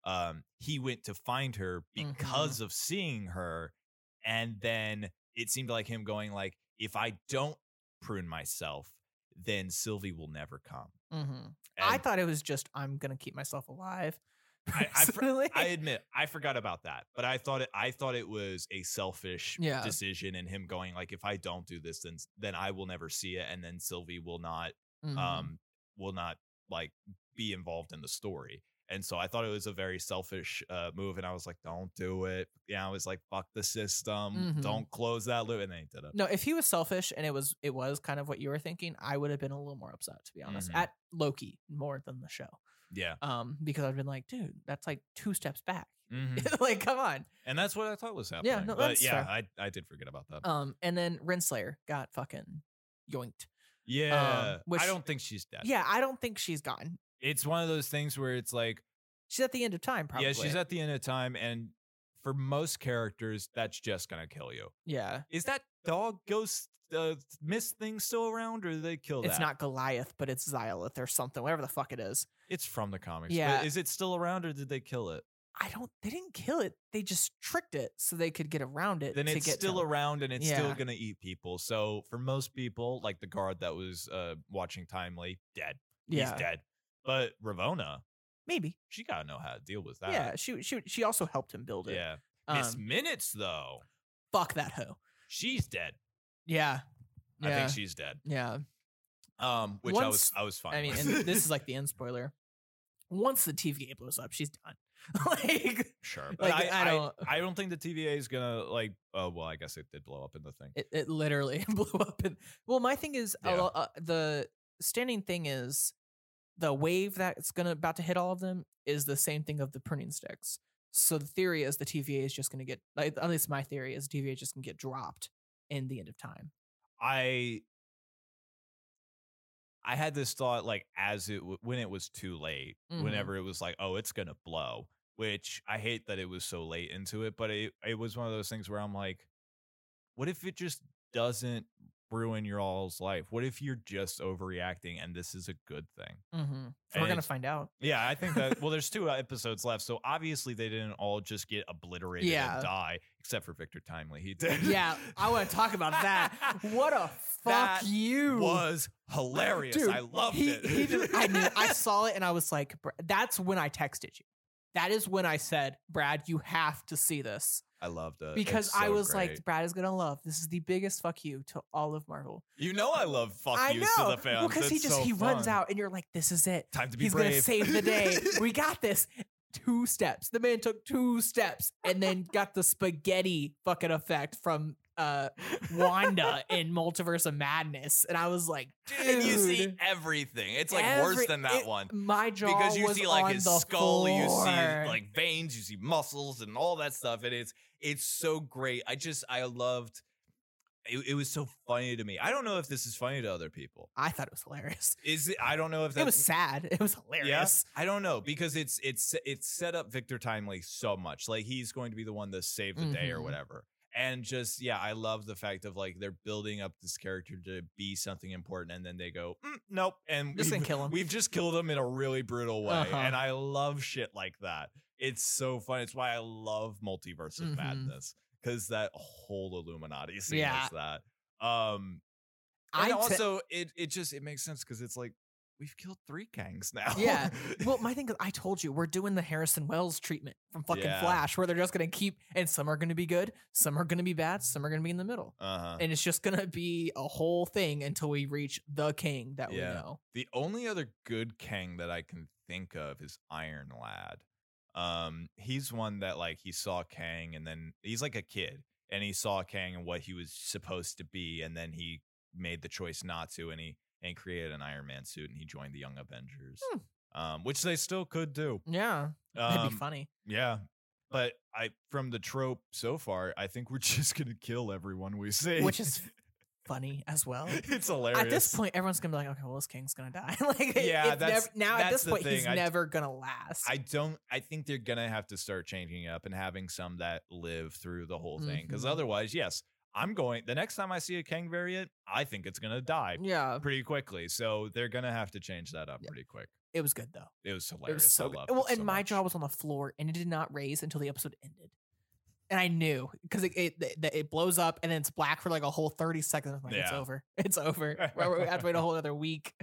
Speaker 4: um he went to find her
Speaker 3: Mhm.
Speaker 4: because of seeing her and then it seemed like him going like if I don't prune myself, then Sylvie will never come.
Speaker 3: Mhm. I
Speaker 4: And
Speaker 3: thought it was just I'm gonna keep myself alive.
Speaker 4: I- I fr-
Speaker 3: personally.
Speaker 4: I admit I forgot about that, but I thought it. I thought it was a selfish
Speaker 3: Yeah.
Speaker 4: decision, and him going like, "If I don't do this, then s- then I will never see it, and then Sylvie will not
Speaker 3: Mhm.
Speaker 4: um will not like be involved in the story." And so I thought it was a very selfish uh, move, and I was like, "Don't do it." Yeah, I was like, "Fuck the system!
Speaker 3: Mhm.
Speaker 4: Don't close that loop." And they did it.
Speaker 3: No, if he was selfish and it was it was kind of what you were thinking, I would have been a little more upset to be honest
Speaker 4: Mhm.
Speaker 3: at Loki more than the show.
Speaker 4: Yeah,
Speaker 3: Um, because I've been like, dude, that's like two steps back.
Speaker 4: Mhm.
Speaker 3: like, come on.
Speaker 4: and that's what I thought was happening.
Speaker 3: no,
Speaker 4: but
Speaker 3: that's
Speaker 4: yeah,
Speaker 3: fair.
Speaker 4: I I did forget about that.
Speaker 3: Um, and then Renslayer got fucking yoinked.
Speaker 4: yeah,
Speaker 3: which-
Speaker 4: I don't think she's dead.
Speaker 3: Yeah, I don't think she's gone.
Speaker 4: it's one of those things where it's like,
Speaker 3: She's at the end of time, probably.
Speaker 4: yeah, she's at the end of time, and for most characters, that's just gonna kill you.
Speaker 3: Yeah,
Speaker 4: Is that dog ghost uh, mist thing still around, or did they kill
Speaker 3: it's
Speaker 4: that?
Speaker 3: not Goliath, but it's Xylith or something, whatever the fuck it is.
Speaker 4: It's from the comics.
Speaker 3: Yeah.
Speaker 4: but is it still around, or did they kill it?
Speaker 3: I don't. They didn't kill it. They just tricked it so they could get around it.
Speaker 4: then
Speaker 3: to
Speaker 4: it's
Speaker 3: get
Speaker 4: still
Speaker 3: to,
Speaker 4: around and it's still
Speaker 3: Yeah.
Speaker 4: gonna eat people. So for most people, like the guard that was uh, watching Timely, dead.
Speaker 3: Yeah,
Speaker 4: He's dead. But Ravona,
Speaker 3: maybe.
Speaker 4: she gotta know how to deal with that.
Speaker 3: Yeah, she she she also helped him build it.
Speaker 4: yeah. Miss
Speaker 3: um,
Speaker 4: Minutes though,
Speaker 3: fuck that hoe.
Speaker 4: she's dead.
Speaker 3: Yeah,
Speaker 4: I
Speaker 3: Yeah.
Speaker 4: think she's dead.
Speaker 3: yeah.
Speaker 4: Um, which I was
Speaker 3: Once-
Speaker 4: I was fine.
Speaker 3: I mean,
Speaker 4: with.
Speaker 3: and this is like the end spoiler. Once the TVA blows up, she's done. like
Speaker 4: sure, but
Speaker 3: like,
Speaker 4: I,
Speaker 3: I
Speaker 4: I
Speaker 3: don't-
Speaker 4: I don't think the TVA is gonna like. Oh well, I guess it did blow up in the thing.
Speaker 3: it, it literally blew up. And well, my thing is a
Speaker 4: Yeah.
Speaker 3: lo- uh, the standing thing is the wave that's gonna about to hit all of them is the same thing of the pruning sticks. So the theory is the TVA is just gonna get like at least my theory is TVA is just gonna get dropped in the end of time.
Speaker 4: I I had this thought like as it w- when it was too late,
Speaker 3: Mhm.
Speaker 4: whenever it was like, oh, it's gonna blow. Which I hate that it was so late into it, but it it was one of those things where I'm like, what if it just doesn't ruin your all's life? What if you're just overreacting and this is a good thing?
Speaker 3: Mm-hmm.
Speaker 4: And
Speaker 3: We're gonna
Speaker 4: it's-
Speaker 3: find out.
Speaker 4: Yeah, I think that. Well, there's two uh, episodes left, so obviously they didn't all just get obliterated
Speaker 3: Yeah.
Speaker 4: and die, except for Victor Timely. He did.
Speaker 3: Yeah, I want to talk about that. What a fuck
Speaker 4: That
Speaker 3: you
Speaker 4: was hilarious.
Speaker 3: Dude,
Speaker 4: I loved
Speaker 3: he,
Speaker 4: it.
Speaker 3: he just, I knew, I saw it and I was like, "Br- that's when I texted you. That is when I said, Brad, you have to see this
Speaker 4: I loved it
Speaker 3: because
Speaker 4: It's
Speaker 3: I
Speaker 4: so
Speaker 3: was
Speaker 4: great.
Speaker 3: like, Brad is gonna love. This is the biggest fuck you to all of Marvel.
Speaker 4: you know, I love fuck
Speaker 3: I
Speaker 4: yous
Speaker 3: know
Speaker 4: to the fans.
Speaker 3: because he
Speaker 4: It's
Speaker 3: just
Speaker 4: so
Speaker 3: he runs
Speaker 4: fun.
Speaker 3: out and you're like, this is it.
Speaker 4: Time to be
Speaker 3: He's
Speaker 4: brave.
Speaker 3: gonna save the day. we got this. Two steps. The man took two steps and then got the spaghetti fucking effect from uh Wanda in Multiverse of Madness. And I was like, dude,
Speaker 4: and you see everything. It's like worse
Speaker 3: Every-
Speaker 4: than that
Speaker 3: it-
Speaker 4: one.
Speaker 3: My jaw
Speaker 4: Because you
Speaker 3: was
Speaker 4: see like
Speaker 3: on
Speaker 4: his
Speaker 3: the
Speaker 4: skull, you
Speaker 3: floor.
Speaker 4: see like veins, you see muscles and all that stuff. And it's it's so great. I just I loved it, it was so funny to me. I don't know if this is funny to other people.
Speaker 3: I thought it was hilarious.
Speaker 4: Is it I don't know if that's
Speaker 3: It was sad. It was hilarious.
Speaker 4: Yeah, I don't know because it's it's it's set up Victor Timely so much. Like he's going to be the one to save the day or
Speaker 3: Mhm.
Speaker 4: whatever. And just yeah, I love the fact of like they're building up this character to be something important, and then they go mm, nope, and
Speaker 3: Just
Speaker 4: we've,
Speaker 3: gonna kill him.
Speaker 4: We've just killed him in a really brutal way,
Speaker 3: Uh-huh.
Speaker 4: and I love shit like that. It's so fun. It's why I love Multiverse of
Speaker 3: Mhm.
Speaker 4: Madness because that whole Illuminati scene
Speaker 3: Yeah.
Speaker 4: is that. Um, and
Speaker 3: I te-
Speaker 4: also it it just it makes sense because it's like we've killed three gangs now.
Speaker 3: Yeah. well, my thing is, I told you we're doing the Harrison Wells treatment from fucking
Speaker 4: Yeah.
Speaker 3: Flash, where they're just gonna keep, and some are gonna be good, some are gonna be bad, some are gonna be in the middle,
Speaker 4: uh-huh.
Speaker 3: and it's just gonna be a whole thing until we reach the king that
Speaker 4: Yeah.
Speaker 3: we know.
Speaker 4: The only other good Kang that I can think of is Iron Lad. Um, he's one that like he saw Kang and then he's like a kid and he saw Kang and what he was supposed to be and then he made the choice not to and he and created an Iron Man suit and he joined the Young Avengers.
Speaker 3: Hmm.
Speaker 4: Um, which they still could do.
Speaker 3: Yeah, that'd be
Speaker 4: Um,
Speaker 3: funny.
Speaker 4: Yeah. But I from the trope so far, I think we're just gonna kill everyone we see.
Speaker 3: Which is funny as well.
Speaker 4: it's hilarious.
Speaker 3: At this point, everyone's gonna be like, "Okay, well, this king's gonna die." like,
Speaker 4: Yeah, that's-
Speaker 3: it's never, now at
Speaker 4: that's
Speaker 3: this
Speaker 4: the
Speaker 3: point, he's
Speaker 4: thing. I-
Speaker 3: never gonna last.
Speaker 4: I don't. I think they're gonna have to start changing it up and having some that live through the whole thing. Because
Speaker 3: Mhm.
Speaker 4: otherwise, yes, I'm going. The next time I see a Kang variant, I think it's gonna die
Speaker 3: yeah,
Speaker 4: pretty quickly. So they're gonna have to change that up
Speaker 3: Yeah.
Speaker 4: pretty quick.
Speaker 3: it was good though.
Speaker 4: It was
Speaker 3: It
Speaker 4: hilarious.
Speaker 3: was so
Speaker 4: I
Speaker 3: good.
Speaker 4: loved
Speaker 3: Well,
Speaker 4: it
Speaker 3: and
Speaker 4: so
Speaker 3: my
Speaker 4: much.
Speaker 3: jaw was on the floor, and it did not raise until the episode ended. And I knew because it it, th- th- it blows up and then it's black for like a whole thirty seconds. I'm like, it's
Speaker 4: Yeah.
Speaker 3: over. It's over. We're- we have to wait a whole other week.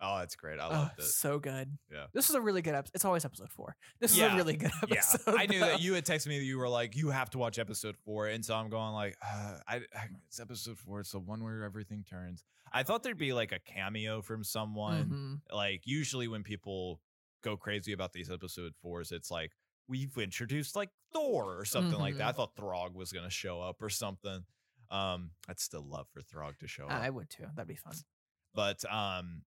Speaker 4: Oh, it's great. I
Speaker 3: Oh,
Speaker 4: loved it.
Speaker 3: so good.
Speaker 4: Yeah.
Speaker 3: This is a really good episode. It's always episode four. This is
Speaker 4: Yeah.
Speaker 3: a really good
Speaker 4: Yeah,
Speaker 3: episode.
Speaker 4: I knew
Speaker 3: though.
Speaker 4: that you had texted me that you were like, you have to watch episode four, and so I'm going like, uh, I, I- it's episode four, it's the one where everything turns. I thought there'd be like a cameo from someone,
Speaker 3: Mhm.
Speaker 4: like usually when people go crazy about these episode fours, it's like we've introduced like Thor or something like
Speaker 3: Mm-hmm.
Speaker 4: that. I thought Throg was gonna show up or something. Um, I'd still love for Throg to show up,
Speaker 3: I would too. That'd be fun.
Speaker 4: but um,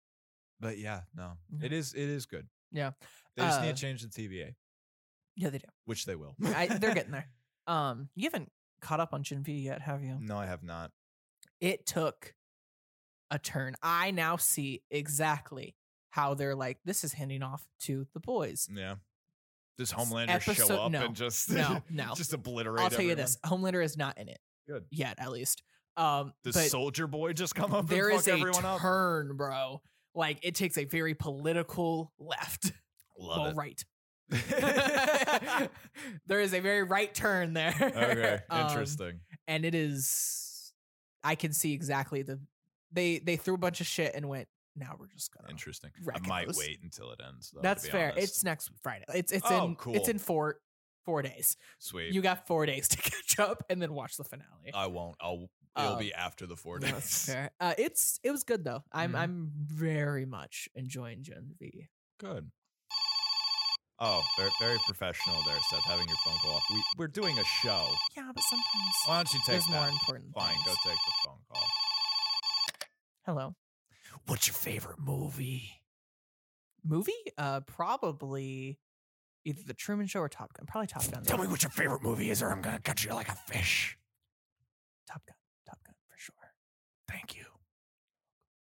Speaker 4: but yeah, no,
Speaker 3: Yeah.
Speaker 4: it is it is good.
Speaker 3: Mm-hmm. Yeah.
Speaker 4: they just
Speaker 3: Uh,
Speaker 4: need to change the TVA,
Speaker 3: Yeah, they do.
Speaker 4: which they will.
Speaker 3: I, they're getting there. Um, you haven't caught up on Gen V yet, have you?
Speaker 4: No, I have not.
Speaker 3: It took a turn. I now see exactly how they're like. This is handing off to the boys.
Speaker 4: Yeah. Does Homelander
Speaker 3: episode-
Speaker 4: show up
Speaker 3: no,
Speaker 4: and just
Speaker 3: no, no.
Speaker 4: just obliterate?
Speaker 3: I'll tell you
Speaker 4: everyone?
Speaker 3: this: Homelander is not in it
Speaker 4: Good.
Speaker 3: yet, at least. Um,
Speaker 4: Does
Speaker 3: but
Speaker 4: Soldier Boy just come up
Speaker 3: there
Speaker 4: and
Speaker 3: is
Speaker 4: fuck
Speaker 3: a
Speaker 4: everyone up?
Speaker 3: turn, bro. Like it takes a very political left, well,
Speaker 4: Love
Speaker 3: right.
Speaker 4: it.
Speaker 3: there is a very right turn there.
Speaker 4: okay,
Speaker 3: Um,
Speaker 4: interesting.
Speaker 3: and it is I can see exactly the they they threw a bunch of shit and went, now we're just gonna
Speaker 4: interesting. I
Speaker 3: wreck
Speaker 4: might
Speaker 3: those.
Speaker 4: wait until it ends. Though, to
Speaker 3: That's
Speaker 4: be
Speaker 3: fair.
Speaker 4: honest.
Speaker 3: It's next Friday. It's it's
Speaker 4: Oh,
Speaker 3: in
Speaker 4: cool.
Speaker 3: it's in four four days.
Speaker 4: sweet.
Speaker 3: You got four days to catch up and then watch the finale.
Speaker 4: I won't. I'll. It'll
Speaker 3: Uh,
Speaker 4: be after the Uh, four
Speaker 3: Yeah, That's
Speaker 4: days.
Speaker 3: fair. Uh, it's it was good though. I'm
Speaker 4: Mhm.
Speaker 3: I'm very much enjoying Gen V.
Speaker 4: Good. Oh, very, very professional there, Seth. Having your phone call off. We we're doing a show.
Speaker 3: Yeah, but sometimes
Speaker 4: Why don't you take
Speaker 3: there's
Speaker 4: that?
Speaker 3: more important
Speaker 4: Fine, go
Speaker 3: things.
Speaker 4: take the phone call.
Speaker 3: Hello.
Speaker 4: What's your favorite movie?
Speaker 3: Movie? Uh probably either the Truman Show or Top Gun. Probably Top Gun.
Speaker 1: what your favorite movie is, or I'm gonna cut you like a fish.
Speaker 3: Top Gun. Top Gun for sure.
Speaker 1: Thank you.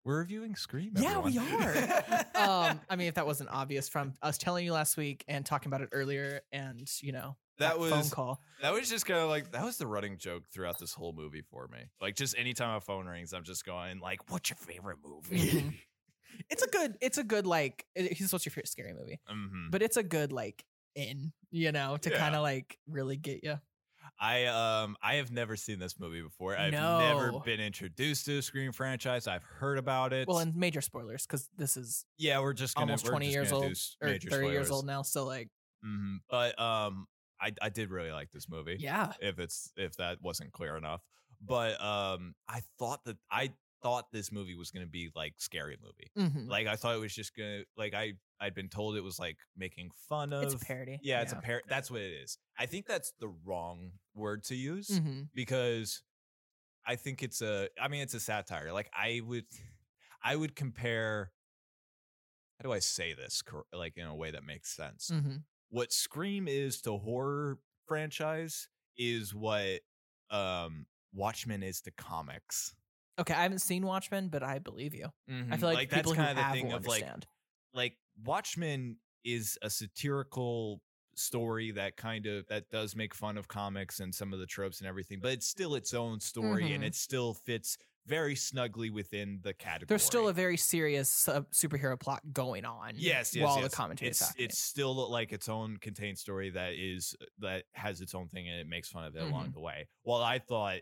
Speaker 4: We're reviewing Scream.
Speaker 3: Yeah, we
Speaker 4: everyone.
Speaker 3: um, I mean, if that wasn't obvious from us telling you last week and talking about it earlier, and you know
Speaker 4: that
Speaker 3: phone
Speaker 4: was
Speaker 3: call.
Speaker 4: that was just kind of like that was the running joke throughout this whole movie for me. Like just anytime my phone rings, I'm just going like, "What's your favorite movie?"
Speaker 3: Mhm. It's a good. It's a good like. it- Here's what's your favorite scary movie,
Speaker 4: hmm
Speaker 3: but it's a good like in you know to
Speaker 4: Yeah.
Speaker 3: kind of like really get you.
Speaker 4: I um I have never seen this movie before. I've never
Speaker 3: No.
Speaker 4: been introduced to the Scream franchise. I've heard about it.
Speaker 3: Well, and major spoilers because this is
Speaker 4: yeah, we're just gonna,
Speaker 3: almost
Speaker 4: we're
Speaker 3: 20
Speaker 4: just
Speaker 3: years
Speaker 4: gonna do
Speaker 3: old
Speaker 4: s-
Speaker 3: or 30
Speaker 4: major
Speaker 3: years old now, so like
Speaker 4: hmm But um, I I did really like this movie.
Speaker 3: yeah,
Speaker 4: if it's if that wasn't clear enough. But um, I thought that I thought this movie was gonna be like scary movie.
Speaker 3: Mhm.
Speaker 4: Like I thought it was just gonna like I I'd been told it was like making fun of.
Speaker 3: it's a parody.
Speaker 4: Yeah, it's a parody. That's what it is. I think that's the wrong word to use
Speaker 3: hmm
Speaker 4: because I think it's a. I mean, it's a satire. Like I would, I would compare. How do I say this? cor- Like in a way that makes sense
Speaker 3: hmm
Speaker 4: what Scream is to horror franchise is what um Watchmen is to comics.
Speaker 3: Okay, I haven't seen Watchmen, but I believe you. I
Speaker 4: Mhm.
Speaker 3: feel like, people
Speaker 4: kinda
Speaker 3: who have will
Speaker 4: like
Speaker 3: understand.
Speaker 4: like Watchmen is a satirical story that kind of that does make fun of comics and some of the tropes and everything, but it's still its own story and
Speaker 3: Mhm.
Speaker 4: it still fits very snugly within the category.
Speaker 3: there's still a very serious sub- superhero plot going on.
Speaker 4: yes, yes
Speaker 3: while
Speaker 4: yes.
Speaker 3: the commentary is
Speaker 4: it's,
Speaker 3: happening.
Speaker 4: it's still like its own contained story that is uh, that has its own thing and it makes fun of it
Speaker 3: Mm-hmm.
Speaker 4: along the way well i thought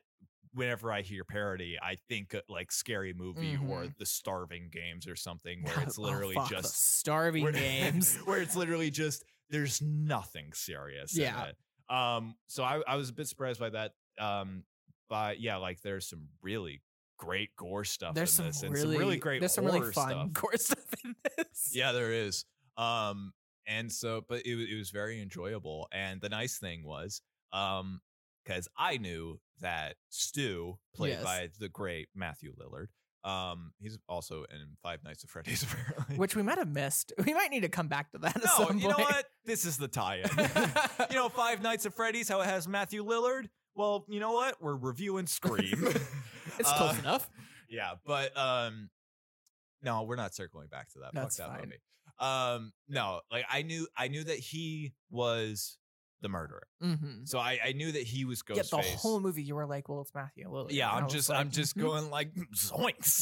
Speaker 4: whenever i hear parody i think uh, like scary movie or the starving games or something where it's
Speaker 3: Mm-hmm. Oh,
Speaker 4: literally
Speaker 3: fuck, the
Speaker 4: just
Speaker 3: starving
Speaker 4: where-
Speaker 3: games.
Speaker 4: where it's literally just there's nothing serious
Speaker 3: Yeah.
Speaker 4: in it. um so I, I was a bit surprised by that um but yeah like there's some really great gore stuff
Speaker 3: There's
Speaker 4: in
Speaker 3: some
Speaker 4: this and
Speaker 3: really,
Speaker 4: some really great
Speaker 3: There's some really
Speaker 4: horror
Speaker 3: fun
Speaker 4: stuff.
Speaker 3: gore stuff in this.
Speaker 4: Yeah, there is. Um, and so, but it, wa- it was very enjoyable. And the nice thing was, um, because I knew that Stu, played
Speaker 3: Yes.
Speaker 4: by the great Matthew Lillard, um, he's also in Five Nights at Freddy's, apparently.
Speaker 3: which we might have missed. We might need to come back to that. at
Speaker 4: no,
Speaker 3: some
Speaker 4: you know
Speaker 3: point.
Speaker 4: what? This is the tie-in. you know, Five Nights at Freddy's, how it has Matthew Lillard. Well, you know what? We're reviewing Scream.
Speaker 3: It's
Speaker 4: Uh,
Speaker 3: close enough.
Speaker 4: yeah, but um no, we're not circling back to that.
Speaker 3: That's
Speaker 4: Fuck that
Speaker 3: fine.
Speaker 4: movie. Um no, like I knew I knew that he was the murderer.
Speaker 3: Mm-hmm.
Speaker 4: So I, I knew that he was
Speaker 3: Yeah,
Speaker 4: Ghostface.
Speaker 3: the whole movie you were like, well, it's Matthew. Lillard.
Speaker 4: yeah,
Speaker 3: And I
Speaker 4: I'm
Speaker 3: was
Speaker 4: just
Speaker 3: like,
Speaker 4: I'm just
Speaker 3: mhm.
Speaker 4: going like zoinks.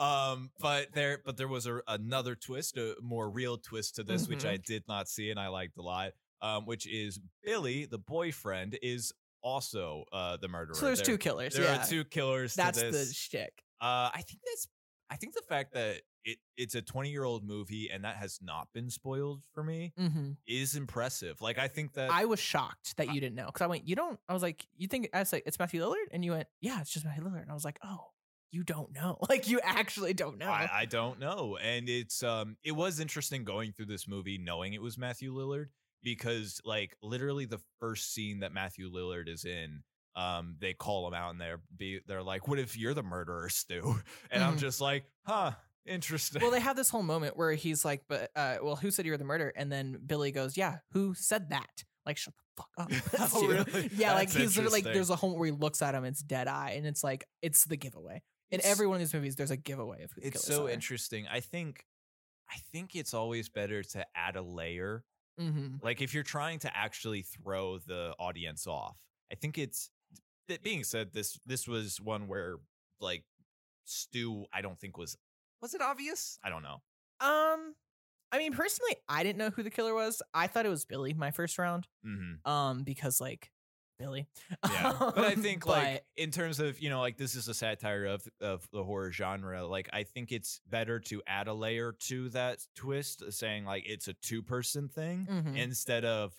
Speaker 4: um but there but there was a, another twist, a more real twist to this
Speaker 3: Mm-hmm.
Speaker 4: which I did not see and I liked a lot. Um which is Billy, the boyfriend is also uh the murderer.
Speaker 3: So there's
Speaker 4: There-
Speaker 3: two killers.
Speaker 4: there
Speaker 3: yeah,
Speaker 4: are two killers to
Speaker 3: That's
Speaker 4: this.
Speaker 3: the shtick.
Speaker 4: Uh, I think that's. I think the fact that it it's a 20 year old movie and that has not been spoiled for me
Speaker 3: hmm
Speaker 4: is impressive. Like I think that
Speaker 3: I was shocked that you didn't know because I went, you don't. I was like, you think I was like, it's Matthew Lillard, and you went, yeah, it's just Matthew Lillard, and I was like, oh, you don't know. Like you actually don't know.
Speaker 4: I, I don't know. And it's um it was interesting going through this movie knowing it was Matthew Lillard because like literally the first scene that Matthew Lillard is in um they call him out and they're be they're like what if you're the murderer Stu and I'm
Speaker 3: Mhm.
Speaker 4: just like huh interesting
Speaker 3: well, they have this whole moment where he's like, "But uh, well, who said you were the murderer?" And then Billy goes, "Yeah, who said that?" Like, shut the fuck up.
Speaker 4: Oh,
Speaker 3: dude."
Speaker 4: really?
Speaker 3: Yeah, like
Speaker 4: That's
Speaker 3: he's literally like,
Speaker 4: interesting.
Speaker 3: there's a whole where he looks at him. It's dead eye, and it's like it's the giveaway. In
Speaker 4: It's-
Speaker 3: every one of these movies, there's a giveaway of who the
Speaker 4: it's
Speaker 3: killers
Speaker 4: so
Speaker 3: are.
Speaker 4: interesting I think I think it's always better to add a layer
Speaker 3: Mhm.
Speaker 4: Like if you're trying to actually throw the audience off, I think it's that being said, this this was one where like Stu, I don't think was was it obvious? I don't know.
Speaker 3: Um, I mean, personally, I didn't know who the killer was. I thought it was Billy my first round.
Speaker 4: hmm
Speaker 3: Um, because like Billy.
Speaker 4: Yeah, but I
Speaker 3: Um,
Speaker 4: think
Speaker 3: but-
Speaker 4: like in terms of you know like this is a satire of of the horror genre. Like I think it's better to add a layer to that twist, uh, saying like it's a two person thing
Speaker 3: Mhm.
Speaker 4: instead of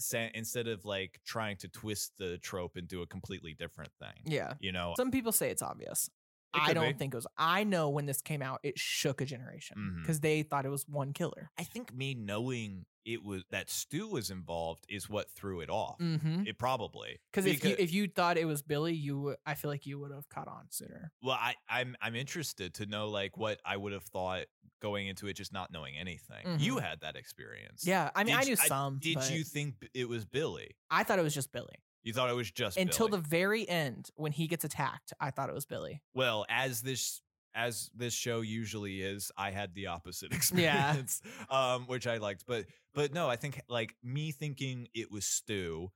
Speaker 4: sa- instead of like trying to twist the trope into a completely different thing.
Speaker 3: yeah.
Speaker 4: You know,
Speaker 3: Some people say it's obvious.
Speaker 4: It
Speaker 3: I
Speaker 4: could be.
Speaker 3: don't think it was. I know when this came out, it shook a generation
Speaker 4: Mhm.
Speaker 3: because they thought it was one killer.
Speaker 4: I think me knowing it was that Stu was involved is what threw it off.
Speaker 3: Mm-hmm.
Speaker 4: It probably
Speaker 3: Because if you
Speaker 4: Because-
Speaker 3: if you thought it was Billy, you w- I feel like you would have caught on sooner.
Speaker 4: well, I, I'm I'm interested to know like what I would have thought going into it, just not knowing anything. You
Speaker 3: Mhm.
Speaker 4: had that experience.
Speaker 3: Yeah, I mean,
Speaker 4: Did
Speaker 3: I
Speaker 4: you-
Speaker 3: knew some.
Speaker 4: Did
Speaker 3: but
Speaker 4: you think b- it was Billy?
Speaker 3: I thought it was just Billy
Speaker 4: You thought it was just
Speaker 3: until
Speaker 4: Billy.
Speaker 3: the very end when he gets attacked. I thought it was Billy.
Speaker 4: well as this as this show usually is i had the opposite
Speaker 3: Yeah.
Speaker 4: experience um which i liked but but no i think like me thinking it was stu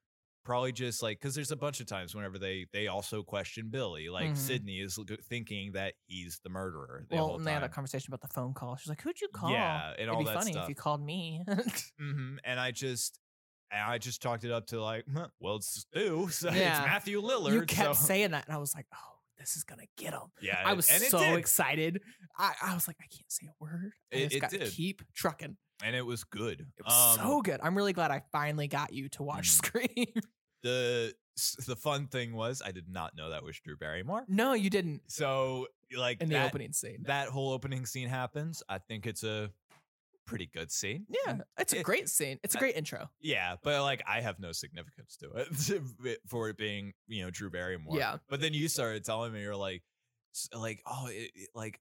Speaker 4: probably just like because there's a bunch of times whenever they they also question billy like
Speaker 3: Mhm.
Speaker 4: sydney is l- thinking that he's the murderer the
Speaker 3: well,
Speaker 4: whole
Speaker 3: and they had
Speaker 4: time
Speaker 3: that conversation about the phone call. She's like, "Who'd you call?"
Speaker 4: yeah and
Speaker 3: It'd
Speaker 4: all
Speaker 3: be
Speaker 4: that
Speaker 3: funny
Speaker 4: stuff
Speaker 3: if you called me.
Speaker 4: hmm and i just and I just talked it up to like, "Huh, well, it's Stu, so it's
Speaker 3: Yeah.
Speaker 4: Matthew Lillard.
Speaker 3: you kept
Speaker 4: so-
Speaker 3: saying that, and I was like, "Oh, this is gonna get him."
Speaker 4: yeah,
Speaker 3: I was
Speaker 4: and it
Speaker 3: so
Speaker 4: did.
Speaker 3: excited. I, I was like, I can't say a word. I
Speaker 4: It-
Speaker 3: just
Speaker 4: it
Speaker 3: got to
Speaker 4: did.
Speaker 3: keep trucking.
Speaker 4: and it was good.
Speaker 3: It was
Speaker 4: Um,
Speaker 3: so good. I'm really glad I finally got you to watch
Speaker 4: Mm.
Speaker 3: Scream.
Speaker 4: the s- the fun thing was I did not know that was Drew Barrymore.
Speaker 3: no, you didn't
Speaker 4: So like
Speaker 3: in the
Speaker 4: that,
Speaker 3: opening scene.
Speaker 4: that whole opening scene happens. I think it's a pretty good scene.
Speaker 3: yeah, it's a
Speaker 4: it-
Speaker 3: great scene. It's a
Speaker 4: I-
Speaker 3: great intro.
Speaker 4: Yeah, but like I have no significance to it for it being, you know, Drew Barrymore.
Speaker 3: Yeah.
Speaker 4: But then you started telling me you're like s- like oh it, it- like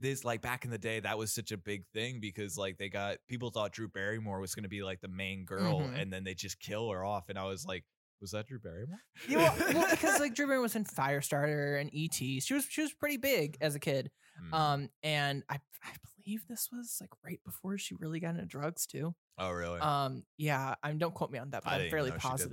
Speaker 4: this like back in the day that was such a big thing because like they got people thought Drew Barrymore was going to be like the main girl
Speaker 3: Mhm.
Speaker 4: and then they just kill her off and I was like was that Drew Barrymore?
Speaker 3: Yeah, well, well, because like Drew Barrymore was in Firestarter and ET. She was she was pretty big as a kid.
Speaker 4: Hmm.
Speaker 3: Um, and I I believe this was like right before she really got into drugs too.
Speaker 4: oh really?
Speaker 3: Um, yeah, I'm don't quote me on that, but
Speaker 4: I didn't even
Speaker 3: I'm fairly
Speaker 4: know she did
Speaker 3: positive.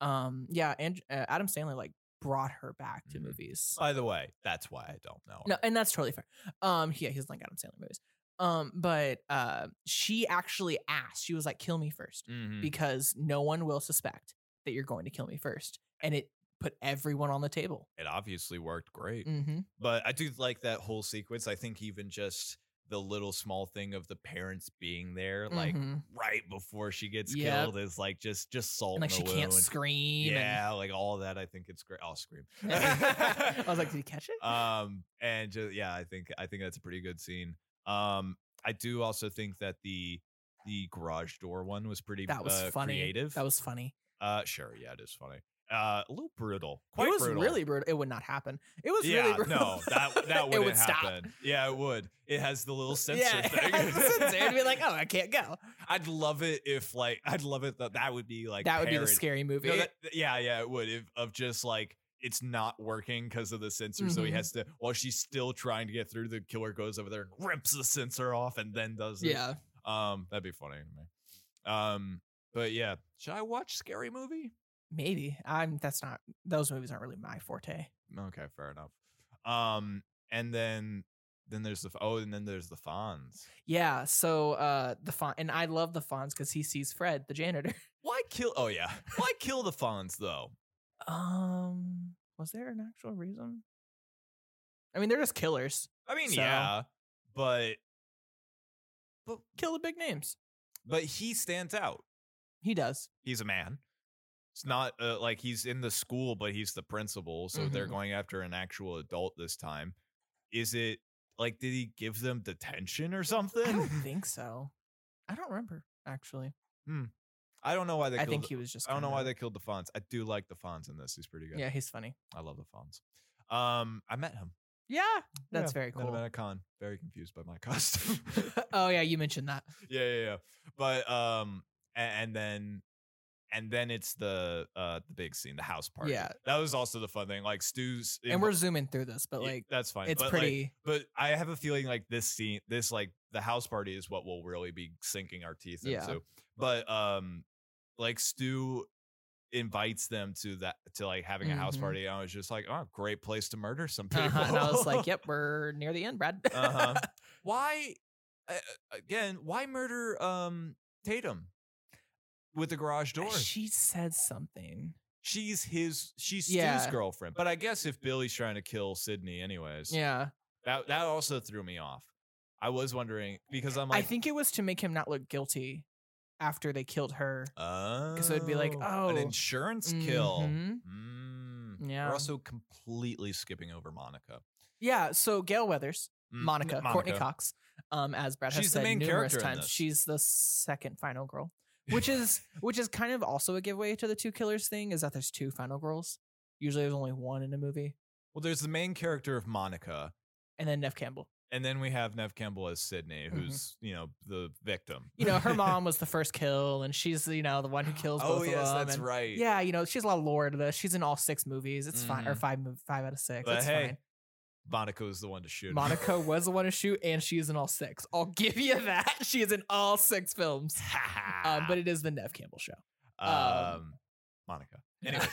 Speaker 4: that.
Speaker 3: um yeah and uh, adam stanley like brought her back to
Speaker 4: Mhm.
Speaker 3: movies
Speaker 4: By the way, that's why I don't know.
Speaker 3: no and that's totally fair um yeah he doesn't like adam stanley movies um but uh she actually asked she was like kill me 1st
Speaker 4: Mhm.
Speaker 3: because no one will suspect that you're going to kill me first and it put everyone on the table
Speaker 4: it obviously worked great.
Speaker 3: mm-hmm.
Speaker 4: But I do like that whole sequence. I think even just the little small thing of the parents being there, like
Speaker 3: Mhm.
Speaker 4: right before she gets
Speaker 3: Yep.
Speaker 4: killed, is like just just salt.
Speaker 3: and like
Speaker 4: in
Speaker 3: she
Speaker 4: the
Speaker 3: can't
Speaker 4: wound.
Speaker 3: scream
Speaker 4: Yeah, like all that. I think it's great. I'll scream.
Speaker 3: and i was like did he catch it
Speaker 4: um and just yeah i think i think that's a pretty good scene um i do also think that the the garage door one was pretty
Speaker 3: that was
Speaker 4: uh,
Speaker 3: funny
Speaker 4: creative
Speaker 3: that was funny
Speaker 4: uh sure yeah it is funny uh a little brutal quite
Speaker 3: it was
Speaker 4: brutal
Speaker 3: really brutal it would not happen it was
Speaker 4: yeah,
Speaker 3: really brutal
Speaker 4: no, that that
Speaker 3: it
Speaker 4: wouldn't
Speaker 3: would
Speaker 4: happen. Yeah, it would. It has the little
Speaker 3: stop
Speaker 4: sensor
Speaker 3: yeah it
Speaker 4: thing.
Speaker 3: has the sensor. it'd be like oh i can't go
Speaker 4: I'd love it if like I'd love it that that would be like
Speaker 3: that would be the
Speaker 4: parody-
Speaker 3: scary movie.
Speaker 4: No, that, yeah, yeah, it would. If, of just like it's not working because of the sensor, so he
Speaker 3: Mhm.
Speaker 4: has to. While she's still trying to get through, the killer goes over there and rips the sensor off, and then does it.
Speaker 3: yeah.
Speaker 4: um, that'd be funny to me. Um, but yeah, should I watch scary movie?
Speaker 3: Maybe. I'm that's not those movies aren't really my forte.
Speaker 4: Okay, fair enough. Um, and then then there's the f- oh, and then there's the Fonz.
Speaker 3: Yeah, so uh the font and I love the fonts because he sees Fred, the janitor.
Speaker 4: Why kill? Oh yeah, why kill the Fonz though?
Speaker 3: Um was there an actual reason? I mean, they're just killers.
Speaker 4: I mean,
Speaker 3: So-
Speaker 4: yeah, but
Speaker 3: But kill the big names.
Speaker 4: but he stands out.
Speaker 3: He does.
Speaker 4: He's a man. It's not uh, like he's in the school, but he's the principal, so they're
Speaker 3: Mhm.
Speaker 4: going after an actual adult this time. Is it like did he give them detention or something?
Speaker 3: I don't think so. I don't remember actually.
Speaker 4: I don't know why they.
Speaker 3: I
Speaker 4: killed
Speaker 3: think
Speaker 4: the-
Speaker 3: he was just.
Speaker 4: I don't know why
Speaker 3: kinda-
Speaker 4: they killed the Fonz. I do like the Fonz in this. He's pretty good.
Speaker 3: Yeah, he's funny.
Speaker 4: I love the Fonz. Um, I met him.
Speaker 3: Yeah, that's
Speaker 4: Yeah,
Speaker 3: very
Speaker 4: met him
Speaker 3: cool.
Speaker 4: at a con. Very confused by my costume.
Speaker 3: oh yeah, you mentioned that.
Speaker 4: yeah, yeah, yeah. But um, a- and, then, and then it's the uh the big scene, the house party.
Speaker 3: Yeah.
Speaker 4: that was also the fun thing. Like Stu's,
Speaker 3: And we're zooming through this, but like
Speaker 4: that's fine.
Speaker 3: it's
Speaker 4: but, like,
Speaker 3: pretty.
Speaker 4: but I have a feeling like this scene, this like the house party is what we'll really be sinking our teeth
Speaker 3: Yeah.
Speaker 4: into. But um, like Stu invites them to that to like having a house
Speaker 3: Mhm.
Speaker 4: party. I was just like, oh, great place to murder some people.
Speaker 3: uh-huh, and I was like, "Yep, we're near the end, Brad."
Speaker 4: uh-huh. Why? uh, Again, why murder um Tatum with the garage door?
Speaker 3: She said something.
Speaker 4: She's his. She's
Speaker 3: Yeah.
Speaker 4: Stu's girlfriend. But I guess if Billy's trying to kill Sydney, anyways,
Speaker 3: Yeah,
Speaker 4: that that also threw me off. I was wondering because I'm
Speaker 3: I
Speaker 4: like,
Speaker 3: think it was to make him not look guilty after they killed her.
Speaker 4: Oh,
Speaker 3: so it'd be like,
Speaker 4: an
Speaker 3: oh,
Speaker 4: insurance kill.
Speaker 3: Mhm.
Speaker 4: Mm.
Speaker 3: Yeah.
Speaker 4: We're also completely skipping over Monica.
Speaker 3: Yeah. So Gail Weathers,
Speaker 4: Mm,
Speaker 3: Monica, Courtney
Speaker 4: Monica.
Speaker 3: Cox, um, as Brad has
Speaker 4: She's the
Speaker 3: said
Speaker 4: main
Speaker 3: numerous
Speaker 4: character in
Speaker 3: times,
Speaker 4: this.
Speaker 3: she's the second final girl, which is which is kind of also a giveaway to the two killers thing. Is that there's two final girls? Usually, there's only one in a movie,
Speaker 4: Well, there's the main character of Monica,
Speaker 3: and then Nev Campbell.
Speaker 4: and then we have Nev Campbell as Sydney,
Speaker 3: Mhm.
Speaker 4: who's you know the victim.
Speaker 3: You know, her mom was the first kill, and she's you know the one who kills
Speaker 4: oh
Speaker 3: both of
Speaker 4: yes,
Speaker 3: them.
Speaker 4: that's
Speaker 3: and-
Speaker 4: right.
Speaker 3: Yeah, you know, she has a lot of lore to this. She's in all six movies. It's fine, or
Speaker 4: Mhm.
Speaker 3: five, mov- five out of six.
Speaker 4: But
Speaker 3: it's
Speaker 4: hey,
Speaker 3: fine.
Speaker 4: Monica was the one to shoot. him.
Speaker 3: Monica was the one to shoot, and she is in all six. I'll give you that. She is in all six films. um, but it is the Nev Campbell show.
Speaker 4: um, Monica. Anyways,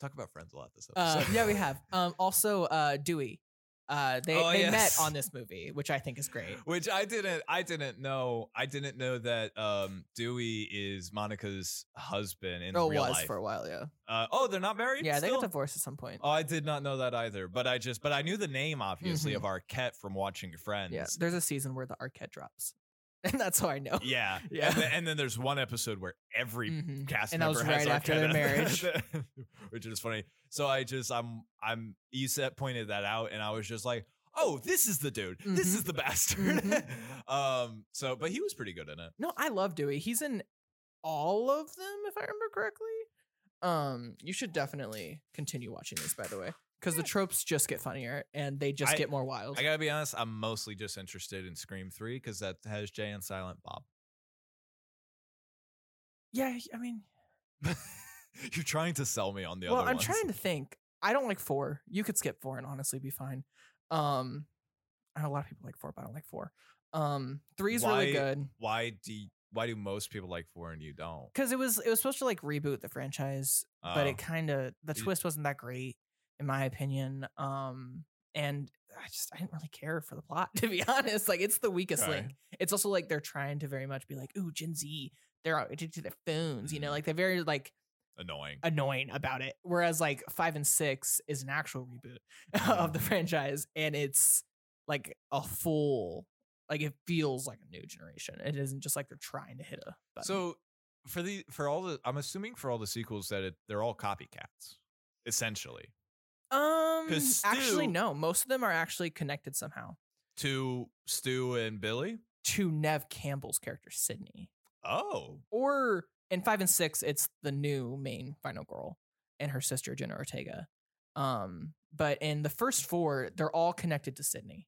Speaker 4: talk about friends a lot this
Speaker 3: Uh,
Speaker 4: episode.
Speaker 3: yeah, we have. Um, also, uh, Dewey. Uh, they
Speaker 4: Oh,
Speaker 3: they
Speaker 4: yes.
Speaker 3: met on this movie, which I think is great.
Speaker 4: Which I didn't I didn't know. I didn't know that um Dewey is Monica's husband in
Speaker 3: Oh,
Speaker 4: real
Speaker 3: was
Speaker 4: life.
Speaker 3: for a while, yeah.
Speaker 4: uh, oh, they're not married?
Speaker 3: Yeah, they
Speaker 4: still?
Speaker 3: got divorced at some point.
Speaker 4: Oh, I did not know that either. But I just but I knew the name obviously
Speaker 3: Mm-hmm.
Speaker 4: of Arquette from watching Friends.
Speaker 3: yeah, there's a season where the Arquette drops, and that's how I know.
Speaker 4: Yeah.
Speaker 3: Yeah.
Speaker 4: And, then, and then there's one episode where every
Speaker 3: Mhm.
Speaker 4: cast
Speaker 3: And that
Speaker 4: member
Speaker 3: was
Speaker 4: has
Speaker 3: right after
Speaker 4: Arquette
Speaker 3: their
Speaker 4: in
Speaker 3: marriage.
Speaker 4: it. which is funny. So I just I'm I'm Eset pointed that out and I was just like, "Oh, this is the dude. This
Speaker 3: Mhm.
Speaker 4: is the bastard."
Speaker 3: Mm-hmm.
Speaker 4: um so but he was pretty good in it.
Speaker 3: No, I love Dewey. He's in all of them, if I remember correctly. Um, you should definitely continue watching these, by the way, because the tropes just get funnier and they just
Speaker 4: I-
Speaker 3: get more wild.
Speaker 4: I gotta be honest, I'm mostly just interested in Scream 3 because that has Jay and Silent Bob.
Speaker 3: yeah, I mean,
Speaker 4: You're trying to sell me on the
Speaker 3: well,
Speaker 4: other
Speaker 3: I'm
Speaker 4: ones.
Speaker 3: trying to think. I don't like four. You could skip four and honestly be fine. Um, I know a lot of people like four, but I don't like four. Um, three's really
Speaker 4: Why-
Speaker 3: good
Speaker 4: Why do you, why do most people like four and you don't?
Speaker 3: because it was it was supposed to like reboot the franchise, but
Speaker 4: Oh.
Speaker 3: it kind of the
Speaker 4: You-
Speaker 3: twist wasn't that great in my opinion um and i just i didn't really care for the plot to be honest like it's the weakest
Speaker 4: Okay.
Speaker 3: link it's also like they're trying to very much be like ooh gen z they're out to their phones you know
Speaker 4: Mm.
Speaker 3: like they're very like
Speaker 4: annoying.
Speaker 3: annoying about it whereas like five and six is an actual reboot
Speaker 4: Mhm.
Speaker 3: of the franchise and it's like a full like it feels like a new generation it isn't just like they're trying to hit a button.
Speaker 4: so for the for all the I'm assuming for all the sequels that it, they're all copycats essentially
Speaker 3: um actually
Speaker 4: Stu-
Speaker 3: no most of them are actually connected somehow
Speaker 4: to Stu and Billy.
Speaker 3: to Nev Campbell's character Sydney.
Speaker 4: Oh,
Speaker 3: Or in five and six, it's the new main final girl and her sister Jenna Ortega. Um, but in the first four, they're all connected to Sydney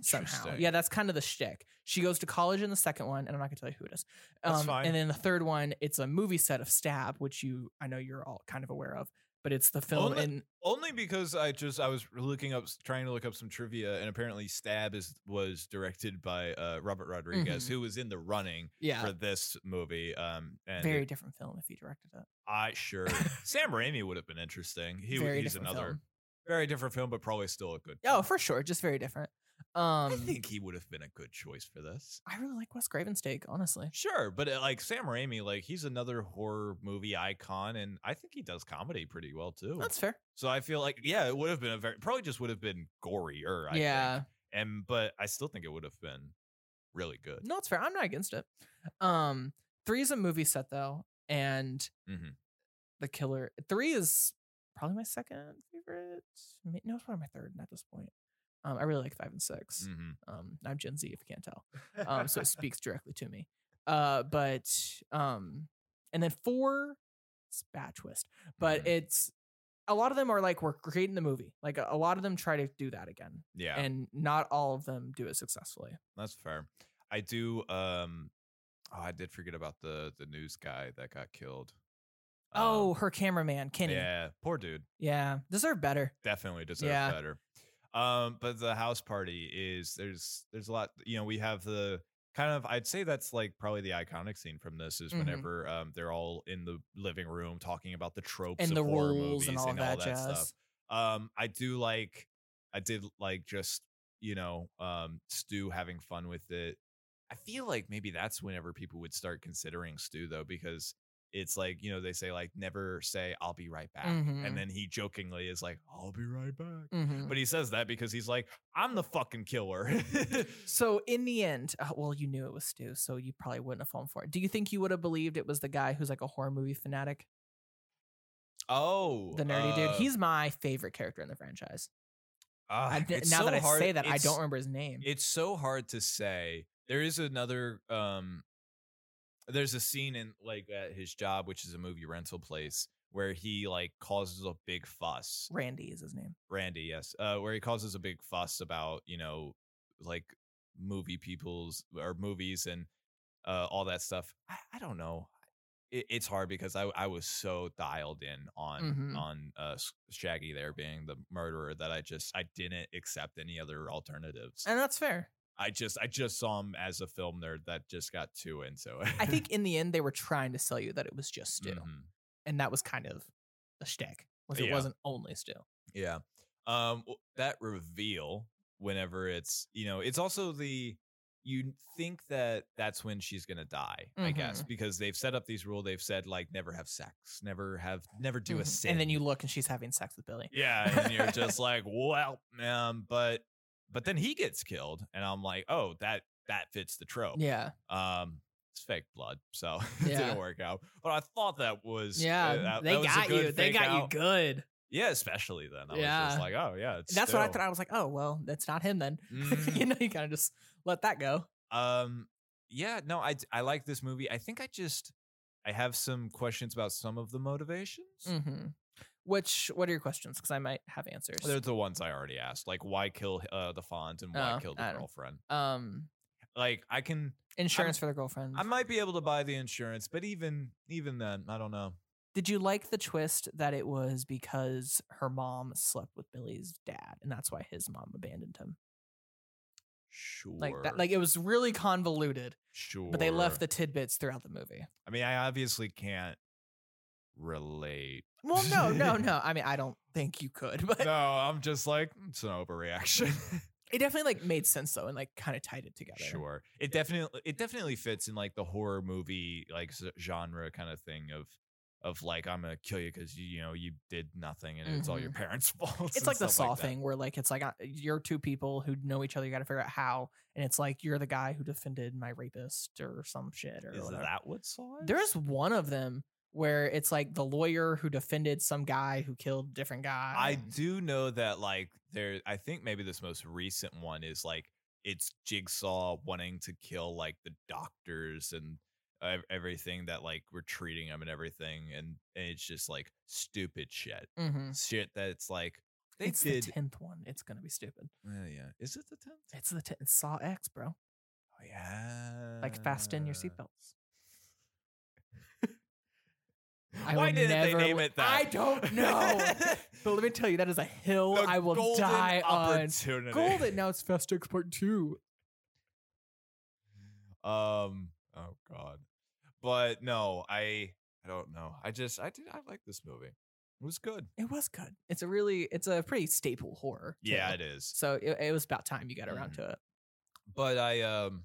Speaker 3: somehow.
Speaker 4: interesting.
Speaker 3: Yeah, that's kind of the shtick. She goes to college in the second one, and I'm not gonna tell you who it is. Um,
Speaker 4: That's fine.
Speaker 3: And then the third one, it's a movie set of Stab, which you I know you're all kind of aware of, but it's the film
Speaker 4: Only-
Speaker 3: in
Speaker 4: Only because I just I was looking up trying to look up some trivia and apparently Stab is was directed by uh, Robert Rodriguez
Speaker 3: Mhm.
Speaker 4: who was in the running
Speaker 3: yeah,
Speaker 4: for this movie. Um, and
Speaker 3: very
Speaker 4: it-
Speaker 3: different film if you directed it.
Speaker 4: I sure Sam Raimi would have been interesting. He w-
Speaker 3: very
Speaker 4: he's
Speaker 3: different
Speaker 4: another
Speaker 3: film.
Speaker 4: very different film, but probably still a good.
Speaker 3: Oh,
Speaker 4: film.
Speaker 3: for sure, just very different. Um,
Speaker 4: I think he would have been a good choice for this.
Speaker 3: I really like Wes Craven's take, honestly.
Speaker 4: Sure, but uh, like Sam Raimi, like he's another horror movie icon, and I think he does comedy pretty well too.
Speaker 3: That's fair.
Speaker 4: so I feel like yeah, it would have been a very probably just would have been gorier. I
Speaker 3: yeah.
Speaker 4: think. and but I still think it would have been really good.
Speaker 3: No, it's fair. I'm not against it. Um, three is a movie set though, and
Speaker 4: Mhm.
Speaker 3: the killer three is probably my second favorite. Ma- No, it's probably my third at this point. Um, I really like five and 6
Speaker 4: Mhm.
Speaker 3: Um, I'm Gen Z if you can't tell. Um, so it speaks directly to me. Uh, but um, and then four, it's bad twist, but
Speaker 4: Mhm.
Speaker 3: it's a lot of them are like we're creating the movie. Like a, a lot of them try to do that again,
Speaker 4: yeah.
Speaker 3: and not all of them do it successfully.
Speaker 4: That's fair. I do. Um, oh, I did forget about the the news guy that got killed. Um,
Speaker 3: oh, her cameraman Kenny. Yeah,
Speaker 4: yeah, poor dude.
Speaker 3: deserve better.
Speaker 4: Definitely deserves
Speaker 3: Yeah.
Speaker 4: better. Um, but the house party is there's there's a lot. You know, we have the kind of I'd say that's like probably the iconic scene from this is
Speaker 3: Mhm.
Speaker 4: whenever um they're all in the living room talking about the tropes
Speaker 3: And
Speaker 4: of
Speaker 3: the
Speaker 4: horror
Speaker 3: rules
Speaker 4: movies
Speaker 3: and all that, jazz.
Speaker 4: stuff. Um, I do like I did like just you know um Stu having fun with it. I feel like maybe that's whenever people would start considering Stu though because it's like you know they say like never say I'll be right back
Speaker 3: Mhm.
Speaker 4: and then he jokingly is like I'll be right back.
Speaker 3: Mhm.
Speaker 4: But he says that because he's like, I'm the fucking killer.
Speaker 3: So in the end, uh, well, you knew it was Stu, so you probably wouldn't have fallen for it. Do you think you would have believed it was the guy who's like a horror movie fanatic,
Speaker 4: oh,
Speaker 3: the nerdy dude?
Speaker 4: uh,
Speaker 3: He's my favorite character in the franchise.
Speaker 4: ah,
Speaker 3: I d-
Speaker 4: it's
Speaker 3: now
Speaker 4: so
Speaker 3: that I
Speaker 4: hard-
Speaker 3: say that, I
Speaker 4: it's-
Speaker 3: don't remember his name.
Speaker 4: It's so hard to say. There is another. um There's a scene in like at his job, which is a movie rental place, where he like causes a big fuss.
Speaker 3: Randy is his name.
Speaker 4: Randy, yes, uh, where he causes a big fuss about you know like movie people's or movies and uh, all that stuff. I, I don't know. It, it's hard because I I was so dialed in on
Speaker 3: Mhm.
Speaker 4: on uh, S- Shaggy there being the murderer that I just I didn't accept any other alternatives.
Speaker 3: And that's fair.
Speaker 4: I just I just saw him as a film nerd that just got too into it.
Speaker 3: I think in the end, they were trying to sell you that it was just Stu.
Speaker 4: Mhm.
Speaker 3: And that was kind of the shtick, was it
Speaker 4: Yeah.
Speaker 3: wasn't only Stu.
Speaker 4: Yeah. Um w- that reveal whenever it's, you know, it's also the you think that that's when she's going to die, I
Speaker 3: Mm-hmm.
Speaker 4: guess, because they've set up these rules. They've said like never have sex, never have never do a
Speaker 3: Mhm.
Speaker 4: sin.
Speaker 3: And then you look and she's having sex with Billy.
Speaker 4: Yeah, and you're just like, "Well, um, but but then he gets killed." And I'm like, "Oh, that that fits the trope."
Speaker 3: Yeah.
Speaker 4: Um it's fake blood, so it
Speaker 3: Yeah.
Speaker 4: didn't work out. But I thought that was
Speaker 3: Yeah.
Speaker 4: uh, that-
Speaker 3: they
Speaker 4: that was a
Speaker 3: got
Speaker 4: good
Speaker 3: you. They
Speaker 4: fake
Speaker 3: got
Speaker 4: out.
Speaker 3: you good.
Speaker 4: Yeah, especially then. I was
Speaker 3: Yeah.
Speaker 4: just like, oh yeah, it's
Speaker 3: That's what I
Speaker 4: still-
Speaker 3: thought. I was like, oh, well, that's not him then. you
Speaker 4: Mm,
Speaker 3: know, you kind of just let that go.
Speaker 4: um, yeah, no, I d- I like this movie. I think I just I have some questions about some of the motivations.
Speaker 3: Mm-hmm. Which what are your questions? Because I might have answers.
Speaker 4: They're the ones I already asked, like why kill uh, the Fonz and why
Speaker 3: Oh,
Speaker 4: kill the
Speaker 3: I don't-
Speaker 4: girlfriend.
Speaker 3: um,
Speaker 4: Like I can,
Speaker 3: insurance for the girlfriend.
Speaker 4: I might be able to buy the insurance, but even even then, I don't know.
Speaker 3: Did you like the twist that it was because her mom slept with Billy's dad, and that's why his mom abandoned him?
Speaker 4: Sure,
Speaker 3: Like that, like it was really convoluted,
Speaker 4: sure,
Speaker 3: but they left the tidbits throughout the movie.
Speaker 4: I mean, I obviously can't relate.
Speaker 3: Well, no, no, no. I mean, I don't think you could, but
Speaker 4: No, I'm just like "Mm, it's an overreaction.
Speaker 3: it definitely like made sense though, and like kind of tied it together.
Speaker 4: Sure. It definitely it definitely fits in like the horror movie like s- genre kind of thing of of like I'm gonna kill you because you, you know you did nothing and it's all your parents' fault.
Speaker 3: Mm-hmm. It's
Speaker 4: and
Speaker 3: like the
Speaker 4: stuff
Speaker 3: Saw
Speaker 4: like that.
Speaker 3: thing where like it's like uh, you're two people who know each other. You got to figure out how, and it's like you're the guy who defended my rapist or some shit or
Speaker 4: Is
Speaker 3: whatever.
Speaker 4: that what Saw? Is?
Speaker 3: There's one of them where it's like the lawyer who defended some guy who killed different guy.
Speaker 4: I do know that like there. I think maybe this most recent one is like it's Jigsaw wanting to kill like the doctors and ev- everything that like we're treating them and everything and, and it's just like stupid shit
Speaker 3: Mhm.
Speaker 4: shit that it's like they
Speaker 3: it's
Speaker 4: did
Speaker 3: the tenth one. It's gonna be stupid.
Speaker 4: Yeah, yeah. Is it the tenth?
Speaker 3: It's the tenth. Saw X, bro.
Speaker 4: Oh yeah.
Speaker 3: Like fasten
Speaker 4: Uh,
Speaker 3: your seatbelts.
Speaker 4: Why
Speaker 3: I will
Speaker 4: didn't they
Speaker 3: never
Speaker 4: name
Speaker 3: li-
Speaker 4: it that?
Speaker 3: I don't know. But let me tell you, that is a hill
Speaker 4: The
Speaker 3: I will
Speaker 4: golden
Speaker 3: die on.
Speaker 4: opportunity.
Speaker 3: Golden. Now it's Fast X Part Two.
Speaker 4: Um. Oh God. But no, I. I don't know. I just. I did. I like this movie. It was good.
Speaker 3: It was good. It's a really, it's a pretty staple horror. too.
Speaker 4: Yeah, it is.
Speaker 3: So it, it was about time you got around
Speaker 4: Mhm.
Speaker 3: to it.
Speaker 4: But I. Um.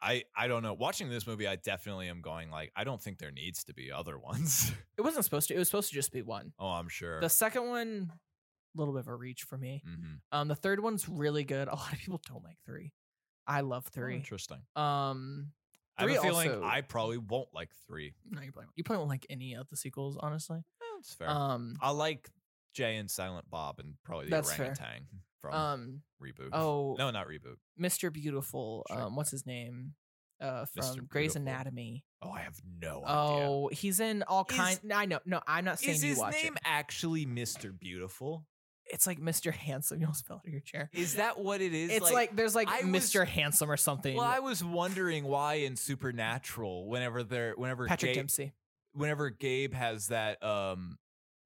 Speaker 4: I. I don't know. Watching this movie, I definitely am going like. I don't think there needs to be other ones.
Speaker 3: It wasn't supposed to. It was supposed to just be one.
Speaker 4: oh, I'm sure.
Speaker 3: The second one, a little bit of a reach for me.
Speaker 4: mm-hmm.
Speaker 3: Um, the third
Speaker 4: Oh,
Speaker 3: one's really good. A lot of people don't like three. I love three.
Speaker 4: Interesting.
Speaker 3: Um,
Speaker 4: I have a
Speaker 3: Three
Speaker 4: feeling
Speaker 3: also-
Speaker 4: I probably won't like three. Eh,
Speaker 3: No, you probably won't. you probably won't like any of the sequels, honestly.
Speaker 4: That's fair.
Speaker 3: Um,
Speaker 4: I like Jay and Silent Bob and probably the
Speaker 3: That's fair.
Speaker 4: orangutan from
Speaker 3: um,
Speaker 4: reboot.
Speaker 3: oh,
Speaker 4: no, not reboot.
Speaker 3: Mr. Beautiful.
Speaker 4: Sure.
Speaker 3: Um, what's his name? Uh, from
Speaker 4: Mr.
Speaker 3: Grey's
Speaker 4: Beautiful.
Speaker 3: Anatomy.
Speaker 4: Oh, I have no idea.
Speaker 3: Oh, he's in all
Speaker 4: Is-
Speaker 3: kinds. I know. No, I'm not saying
Speaker 4: is
Speaker 3: you
Speaker 4: his
Speaker 3: watch
Speaker 4: name
Speaker 3: it.
Speaker 4: actually Mr. Beautiful?
Speaker 3: It's like Mr. Handsome. You almost fell out of your chair.
Speaker 4: Is that what it is?
Speaker 3: It's, like, there's like
Speaker 4: I was-
Speaker 3: Mr. Handsome or something.
Speaker 4: well, I was wondering why in Supernatural, whenever they're whenever
Speaker 3: Patrick
Speaker 4: Gabe,
Speaker 3: Dempsey.
Speaker 4: whenever Gabe has that um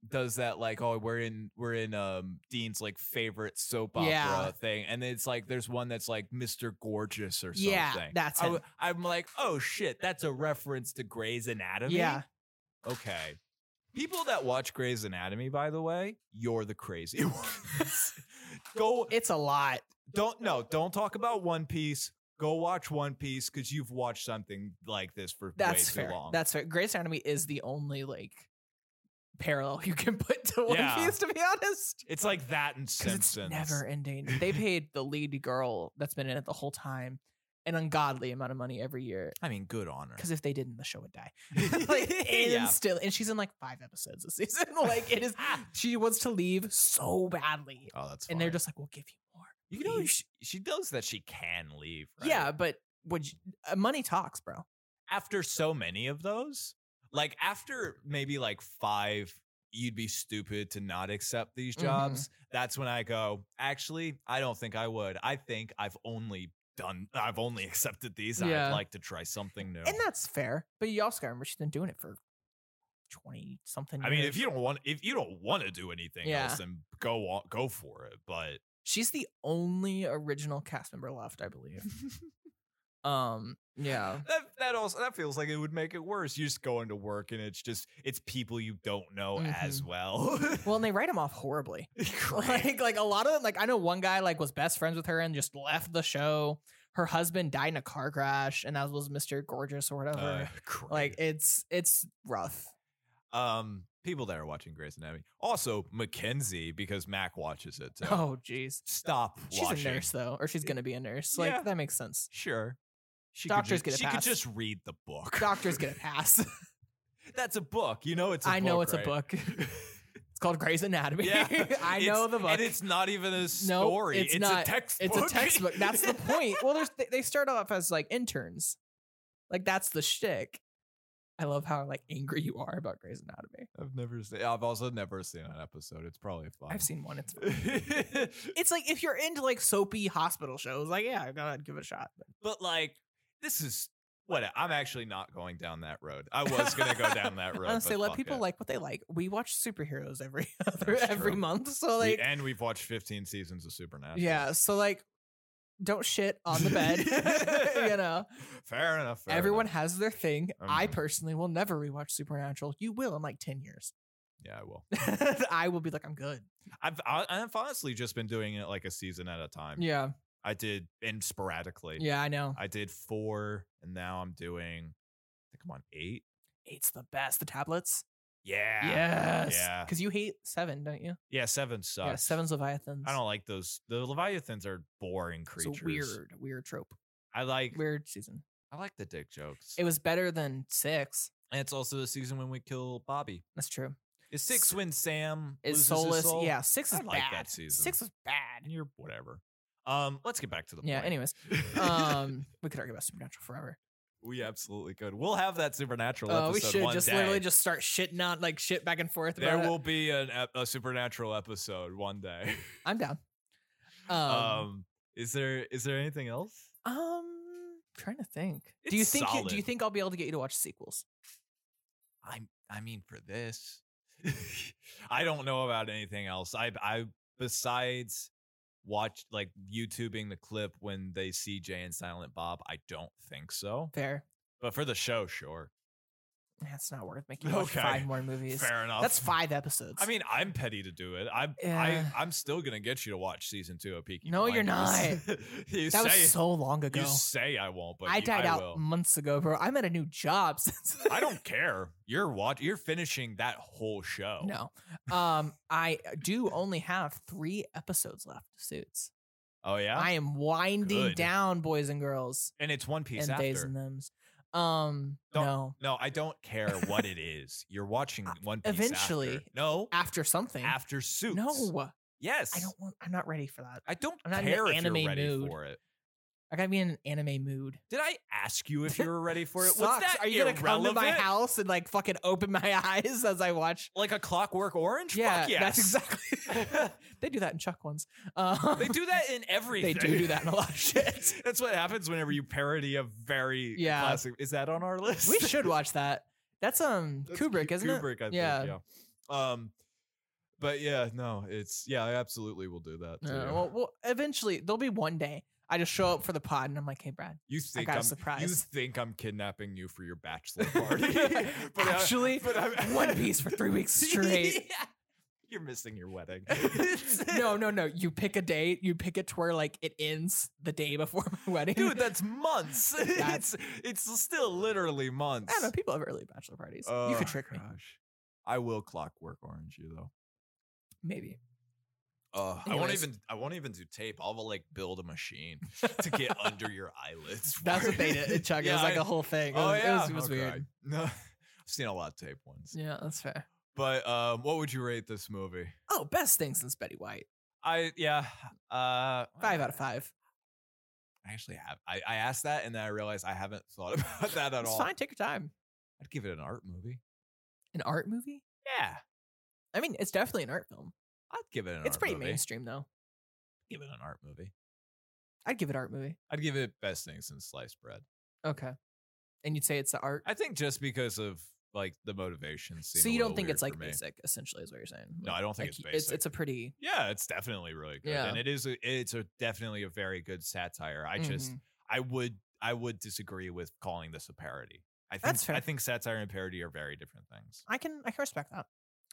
Speaker 4: does that like oh we're in we're in um Dean's like favorite soap opera
Speaker 3: Yeah.
Speaker 4: thing, and it's like there's one that's like Mr. Gorgeous or something.
Speaker 3: Yeah, that's
Speaker 4: I
Speaker 3: him.
Speaker 4: w- I'm like oh shit, that's a reference to Grey's Anatomy.
Speaker 3: yeah.
Speaker 4: Okay. People that watch Grey's Anatomy, by the way, you're the crazy ones. Go
Speaker 3: It's a lot.
Speaker 4: don't no, don't talk about One Piece. Go watch One Piece because you've watched something like this for
Speaker 3: That's
Speaker 4: way too
Speaker 3: fair.
Speaker 4: long.
Speaker 3: That's fair. Grey's Anatomy is the only like parallel you can put to One
Speaker 4: Yeah.
Speaker 3: Piece, to be honest.
Speaker 4: it's like that in
Speaker 3: Because
Speaker 4: Simpsons.
Speaker 3: it's never ending. They paid the lead girl that's been in it the whole time an ungodly amount of money every year.
Speaker 4: I mean, good honor.
Speaker 3: Because if they didn't, the show would die. like
Speaker 4: Yeah.
Speaker 3: instantly. And she's in like five episodes this season. like it is she wants to leave so badly.
Speaker 4: Oh, that's
Speaker 3: And they're
Speaker 4: fine.
Speaker 3: just like, we'll give you more.
Speaker 4: you know
Speaker 3: please.
Speaker 4: she, she knows that she can leave. Right?
Speaker 3: Yeah, but would you, uh, money talks, bro.
Speaker 4: after so many of those, like after maybe like five, you'd be stupid to not accept these
Speaker 3: Mhm.
Speaker 4: jobs. That's when I go, actually, I don't think I would. I think I've only done, I've only accepted these.
Speaker 3: Yeah.
Speaker 4: I'd like to try something new.
Speaker 3: And that's fair. But you also gotta remember she's been doing it for twenty something.
Speaker 4: I mean,
Speaker 3: years.
Speaker 4: if you don't want, if you don't want to do anything
Speaker 3: Yeah.
Speaker 4: else, then go on, go for it. But
Speaker 3: she's the only original cast member left, I believe. um, yeah.
Speaker 4: that that also that feels like it would make it worse. You're just going to work, and it's just it's people you don't know as well.
Speaker 3: Mm-hmm. Well, and they write them off horribly.
Speaker 4: Great.
Speaker 3: like like a lot of them like i know one guy like was best friends with her and just left the show her husband died in a car crash and that was mr gorgeous or whatever
Speaker 4: Uh, great.
Speaker 3: like it's it's rough
Speaker 4: um people that are watching Grey's Anatomy. Also Mackenzie because Mac watches it. So
Speaker 3: oh jeez
Speaker 4: stop
Speaker 3: she's
Speaker 4: watching.
Speaker 3: a nurse though or she's gonna be a nurse like
Speaker 4: Yeah.
Speaker 3: that makes sense
Speaker 4: Sure. She
Speaker 3: Doctors
Speaker 4: could
Speaker 3: get
Speaker 4: just,
Speaker 3: a
Speaker 4: she
Speaker 3: pass.
Speaker 4: could just read the book.
Speaker 3: doctors get a pass
Speaker 4: That's a book. You know it's a
Speaker 3: i know
Speaker 4: book,
Speaker 3: it's
Speaker 4: right?
Speaker 3: a book it's called gray's anatomy
Speaker 4: Yeah.
Speaker 3: i
Speaker 4: It's-
Speaker 3: know the book
Speaker 4: And it's not even a story.
Speaker 3: it's
Speaker 4: it's
Speaker 3: not.
Speaker 4: a textbook.
Speaker 3: It's a textbook. That's the point. Well, there's they- they start off as like interns, like that's the shtick. I love how like angry you are about Grey's Anatomy.
Speaker 4: I've never seen I've also never seen an episode. It's probably fun.
Speaker 3: I've seen one. It's
Speaker 4: seen
Speaker 3: it's like if you're into like soapy hospital shows, like yeah, I gotta give it a shot.
Speaker 4: But like this is what I'm actually not going down that road. I was gonna go down that road.
Speaker 3: Honestly,
Speaker 4: but
Speaker 3: let
Speaker 4: fuck
Speaker 3: people
Speaker 4: it.
Speaker 3: like what they like. We watch superheroes every other,
Speaker 4: That's
Speaker 3: every
Speaker 4: true.
Speaker 3: month, so
Speaker 4: We-
Speaker 3: like
Speaker 4: and we've watched 15 seasons of Supernatural.
Speaker 3: yeah, so like don't shit on the bed, you know.
Speaker 4: Fair enough. fair
Speaker 3: Everyone
Speaker 4: enough.
Speaker 3: has their thing. I
Speaker 4: Mhm.
Speaker 3: personally will never rewatch Supernatural. You will in like ten years.
Speaker 4: Yeah, I will.
Speaker 3: I will be like, I'm good.
Speaker 4: I've I, I've honestly just been doing it like a season at a time.
Speaker 3: Yeah.
Speaker 4: I did and sporadically.
Speaker 3: Yeah, I know.
Speaker 4: I did four, and now I'm doing. I think I'm on eight.
Speaker 3: Eight's the best. The tablets.
Speaker 4: Yeah.
Speaker 3: Yes.
Speaker 4: Yeah.
Speaker 3: Because you hate seven, don't you?
Speaker 4: Yeah. Seven sucks.
Speaker 3: Yeah. Seven's Leviathans.
Speaker 4: I don't like those. The Leviathans are boring
Speaker 3: It's a
Speaker 4: creatures.
Speaker 3: weird, weird trope.
Speaker 4: I like.
Speaker 3: Weird season.
Speaker 4: I like the dick jokes.
Speaker 3: It was better than six.
Speaker 4: and it's also the season when we kill Bobby.
Speaker 3: That's true.
Speaker 4: Is six
Speaker 3: S-
Speaker 4: when Sam
Speaker 3: Is
Speaker 4: loses
Speaker 3: soulless?
Speaker 4: His soul?
Speaker 3: Yeah. Six
Speaker 4: I
Speaker 3: is
Speaker 4: like
Speaker 3: bad.
Speaker 4: that season.
Speaker 3: Six is
Speaker 4: And
Speaker 3: bad.
Speaker 4: you're whatever. Um, let's get back to the
Speaker 3: Yeah.
Speaker 4: point.
Speaker 3: Anyways, um, we could argue about Supernatural forever.
Speaker 4: we absolutely could. We'll have that supernatural
Speaker 3: Uh,
Speaker 4: episode.
Speaker 3: we should
Speaker 4: one
Speaker 3: just
Speaker 4: day.
Speaker 3: literally just start shitting on like shit back and forth.
Speaker 4: There
Speaker 3: about it.
Speaker 4: will be an, ep- a supernatural episode one day.
Speaker 3: I'm down. Um,
Speaker 4: Um,
Speaker 3: um,
Speaker 4: is there is there anything else?
Speaker 3: trying to think. Do you
Speaker 4: It's
Speaker 3: think you, do you
Speaker 4: solid.
Speaker 3: think I'll be able to get you to watch sequels?
Speaker 4: I I mean for this, I don't know about anything else. I I besides watch like YouTubing the clip when they see Jay and Silent Bob. I don't think so.
Speaker 3: Fair.
Speaker 4: But for the show, sure.
Speaker 3: That's not worth making you watch
Speaker 4: Okay.
Speaker 3: five more movies.
Speaker 4: Fair enough.
Speaker 3: That's five episodes.
Speaker 4: I mean, I'm petty to do it. I'm
Speaker 3: Yeah.
Speaker 4: I, I'm still gonna get you to watch season two of Peaky.
Speaker 3: No, you're
Speaker 4: Blinders. you
Speaker 3: that was
Speaker 4: say
Speaker 3: so long ago.
Speaker 4: you say I won't, but
Speaker 3: I
Speaker 4: you-
Speaker 3: died out
Speaker 4: will.
Speaker 3: months ago, bro. I'm at a new job since.
Speaker 4: I don't care. You're watch. You're finishing that whole show.
Speaker 3: No, um, I do only have three episodes left of Suits.
Speaker 4: Oh yeah.
Speaker 3: I am winding
Speaker 4: Good.
Speaker 3: down, boys and girls,
Speaker 4: and it's one piece
Speaker 3: and
Speaker 4: after.
Speaker 3: days and thems. Um,
Speaker 4: Don't-
Speaker 3: no,
Speaker 4: No, I don't care what it is. You're watching One Piece.
Speaker 3: Uh, Eventually.
Speaker 4: after. no,
Speaker 3: after something.
Speaker 4: after suits.
Speaker 3: no,
Speaker 4: yes.
Speaker 3: I don't want. I'm not ready for that.
Speaker 4: I don't
Speaker 3: I'm not in the
Speaker 4: care if
Speaker 3: anime
Speaker 4: you're ready
Speaker 3: mood.
Speaker 4: for it.
Speaker 3: I gotta be in an anime mood.
Speaker 4: Did I ask you if you were ready for it?
Speaker 3: Sucks.
Speaker 4: Was that
Speaker 3: Are you gonna come to my
Speaker 4: irrelevant?
Speaker 3: house and like fucking open my eyes as I watch?
Speaker 4: Like a Clockwork Orange?
Speaker 3: Yeah,
Speaker 4: Fuck yes.
Speaker 3: that's exactly. they do that in Chuck ones. Um,
Speaker 4: They do that in everything.
Speaker 3: do that in a lot of shit.
Speaker 4: That's what happens whenever you parody a very
Speaker 3: Yeah.
Speaker 4: classic. Is that on our list?
Speaker 3: We should watch that. That's um
Speaker 4: That's
Speaker 3: Kubrick,
Speaker 4: Ku-
Speaker 3: isn't it?
Speaker 4: Kubrick, I
Speaker 3: Yeah.
Speaker 4: think. Yeah. Um, but yeah, no, it's yeah. I absolutely will do that. Too.
Speaker 3: Uh, well, well, eventually there'll be one day I just show up for the pod and I'm like, hey, Brad.
Speaker 4: you think
Speaker 3: got a
Speaker 4: I'm You
Speaker 3: surprise.
Speaker 4: think I'm kidnapping you for your bachelor party? but I-
Speaker 3: Actually,
Speaker 4: but I'm-
Speaker 3: One Piece for three weeks straight.
Speaker 4: Yeah. You're missing your wedding.
Speaker 3: no, no, no. You pick a date. You pick it to where like it ends the day before my wedding.
Speaker 4: dude, that's months.
Speaker 3: That's-
Speaker 4: it's it's still literally months.
Speaker 3: I don't know. People have early bachelor parties. you
Speaker 4: Oh,
Speaker 3: could trick me,
Speaker 4: gosh. I will clockwork orange you though.
Speaker 3: maybe.
Speaker 4: Uh, I won't
Speaker 3: Anyways.
Speaker 4: even. I won't even do tape. I'll like build a machine to get under your eyelids.
Speaker 3: That's what they did. at Chuck. it was
Speaker 4: Yeah,
Speaker 3: like
Speaker 4: I-
Speaker 3: a whole thing. It
Speaker 4: Oh
Speaker 3: was,
Speaker 4: yeah,
Speaker 3: it was, it was
Speaker 4: Oh,
Speaker 3: weird.
Speaker 4: God. No, I've seen a lot of tape ones.
Speaker 3: Yeah, that's fair.
Speaker 4: But um, what would you rate this movie?
Speaker 3: Oh, best thing since Betty White.
Speaker 4: I yeah. Uh,
Speaker 3: Five out of five.
Speaker 4: I actually have. I, I asked that and then I realized I haven't thought about that at
Speaker 3: it's
Speaker 4: all.
Speaker 3: fine. Take your time.
Speaker 4: I'd give it an art movie.
Speaker 3: An art movie?
Speaker 4: Yeah,
Speaker 3: I mean, it's definitely an art film.
Speaker 4: I'd give it an.
Speaker 3: it's
Speaker 4: art
Speaker 3: pretty
Speaker 4: movie.
Speaker 3: mainstream though.
Speaker 4: Give it an art movie.
Speaker 3: I'd give it art movie.
Speaker 4: I'd give it best thing since sliced bread.
Speaker 3: Okay. And you'd say it's the art.
Speaker 4: I think just because of like the motivation. seemed
Speaker 3: so
Speaker 4: a
Speaker 3: you
Speaker 4: little
Speaker 3: don't think
Speaker 4: weird
Speaker 3: it's like
Speaker 4: for me.
Speaker 3: basic, essentially, is what you're saying.
Speaker 4: No, I don't think
Speaker 3: Like,
Speaker 4: it's
Speaker 3: y- It's
Speaker 4: basic.
Speaker 3: it's a pretty
Speaker 4: Yeah, it's definitely really good,
Speaker 3: Yeah.
Speaker 4: and it is. A, it's a definitely a very good satire. I just,
Speaker 3: Mhm.
Speaker 4: I would, I would disagree with calling this a parody. I think,
Speaker 3: That's
Speaker 4: I
Speaker 3: fair.
Speaker 4: think satire and parody are very different things.
Speaker 3: I can I can respect that.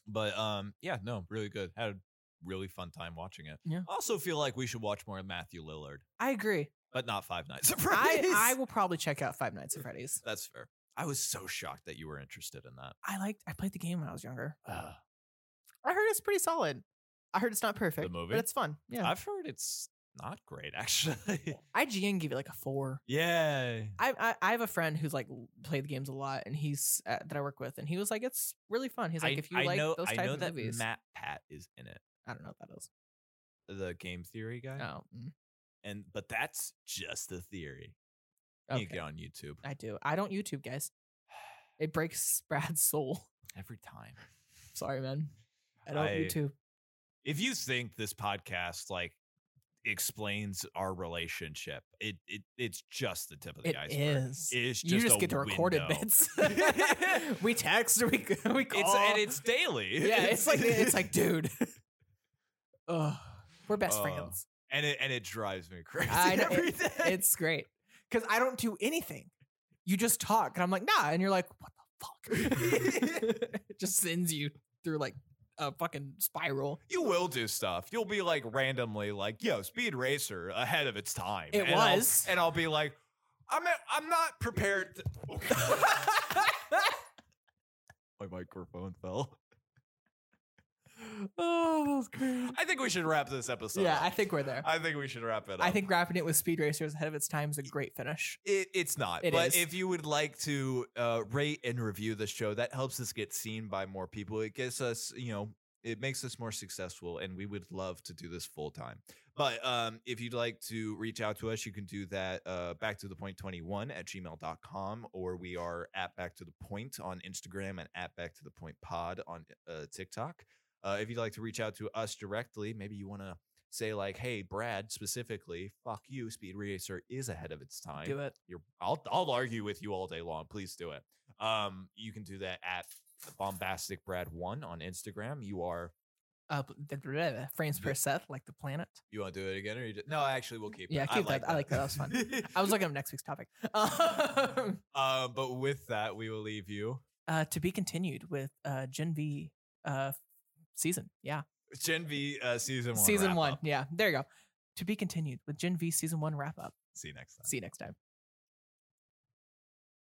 Speaker 4: But um, yeah, no, really good. Had a really fun time watching it.
Speaker 3: Yeah.
Speaker 4: I also feel like we should watch more of Matthew Lillard,
Speaker 3: I agree.
Speaker 4: but not Five Nights at Freddy's.
Speaker 3: I, I will probably check out Five Nights at Freddy's.
Speaker 4: That's fair. I was so shocked that you were interested in that.
Speaker 3: I liked I played the game when I was younger.
Speaker 4: Uh,
Speaker 3: I heard it's pretty solid. I heard it's not perfect.
Speaker 4: movie?
Speaker 3: But it's fun. Yeah.
Speaker 4: I've heard it's not great, actually.
Speaker 3: IGN gave it like a four.
Speaker 4: Yay.
Speaker 3: I, I I have a friend who's like l- played the games a lot, and he's uh, that I work with, and he was like, "It's really fun." He's like,
Speaker 4: I-
Speaker 3: "If you
Speaker 4: I
Speaker 3: like
Speaker 4: know,
Speaker 3: those
Speaker 4: I
Speaker 3: type
Speaker 4: know
Speaker 3: of
Speaker 4: that
Speaker 3: movies,
Speaker 4: Matt Pat is in it,
Speaker 3: I don't know what that is."
Speaker 4: the game theory guy.
Speaker 3: Oh, mm,
Speaker 4: and but that's just a theory. You can
Speaker 3: okay.
Speaker 4: get on YouTube
Speaker 3: I do. I don't YouTube, guys. It breaks Brad's soul.
Speaker 4: every time.
Speaker 3: Sorry, man. I don't
Speaker 4: I-
Speaker 3: YouTube.
Speaker 4: If you think this podcast like explains our relationship, it, it it's just the tip of the
Speaker 3: It
Speaker 4: iceberg.
Speaker 3: is.
Speaker 4: It's just
Speaker 3: You just
Speaker 4: a
Speaker 3: get to record it
Speaker 4: window.
Speaker 3: bits. we text. We we call.
Speaker 4: It's Oh, and it's daily.
Speaker 3: yeah. It's like it's like, dude. Ugh, we're best
Speaker 4: Oh.
Speaker 3: friends.
Speaker 4: and it and it drives me crazy.
Speaker 3: I know, it-
Speaker 4: every day.
Speaker 3: It's great because I don't do anything. You just talk, and I'm like, nah, and you're like, what the fuck? It just sends you through like a fucking spiral.
Speaker 4: you will do stuff. You'll be like randomly like, yo, Speed Racer ahead of its time.
Speaker 3: It
Speaker 4: and I'll-
Speaker 3: was.
Speaker 4: and I'll be like, I'm I'm not prepared. to-" My microphone fell.
Speaker 3: oh, that was great.
Speaker 4: I think we should wrap this episode.
Speaker 3: yeah,
Speaker 4: up.
Speaker 3: I think we're there. I,
Speaker 4: I think we should wrap it up.
Speaker 3: think wrapping it with Speed Racers ahead of its time is a great finish.
Speaker 4: It, it's not,
Speaker 3: It
Speaker 4: but
Speaker 3: is.
Speaker 4: if you would like to uh, rate and review the show, that helps us get seen by more people. It gets us, you know, it makes us more successful, and we would love to do this full time. But um, if you'd like to reach out to us, you can do that uh, back to the point 21 at gmail.com, or we are at back to the point on Instagram and at back to the point pod on uh, TikTok. Uh, if you'd like to reach out to us directly, maybe you want to say, like, hey, Brad specifically, fuck you, Speed Racer is ahead of its time
Speaker 3: Do it.
Speaker 4: you're I'll I'll argue with you all day long. Please do it. Um, you can do that at bombastic brad one on Instagram. You are
Speaker 3: Uh, b- d- d- d- frames per set, like the planet.
Speaker 4: you want to do it again or you just, no? Actually, we'll keep.
Speaker 3: Yeah,
Speaker 4: it.
Speaker 3: keep that. I like that. That was I was looking up next week's topic. Um,
Speaker 4: um, but with that, we will leave you.
Speaker 3: uh, to be continued with uh, Gen V uh, season. Yeah.
Speaker 4: Gen V uh, season one.
Speaker 3: season
Speaker 4: wrap
Speaker 3: one.
Speaker 4: up.
Speaker 3: Yeah, there you go. To be continued with Gen V season one wrap up.
Speaker 4: See you next time.
Speaker 3: See you next time.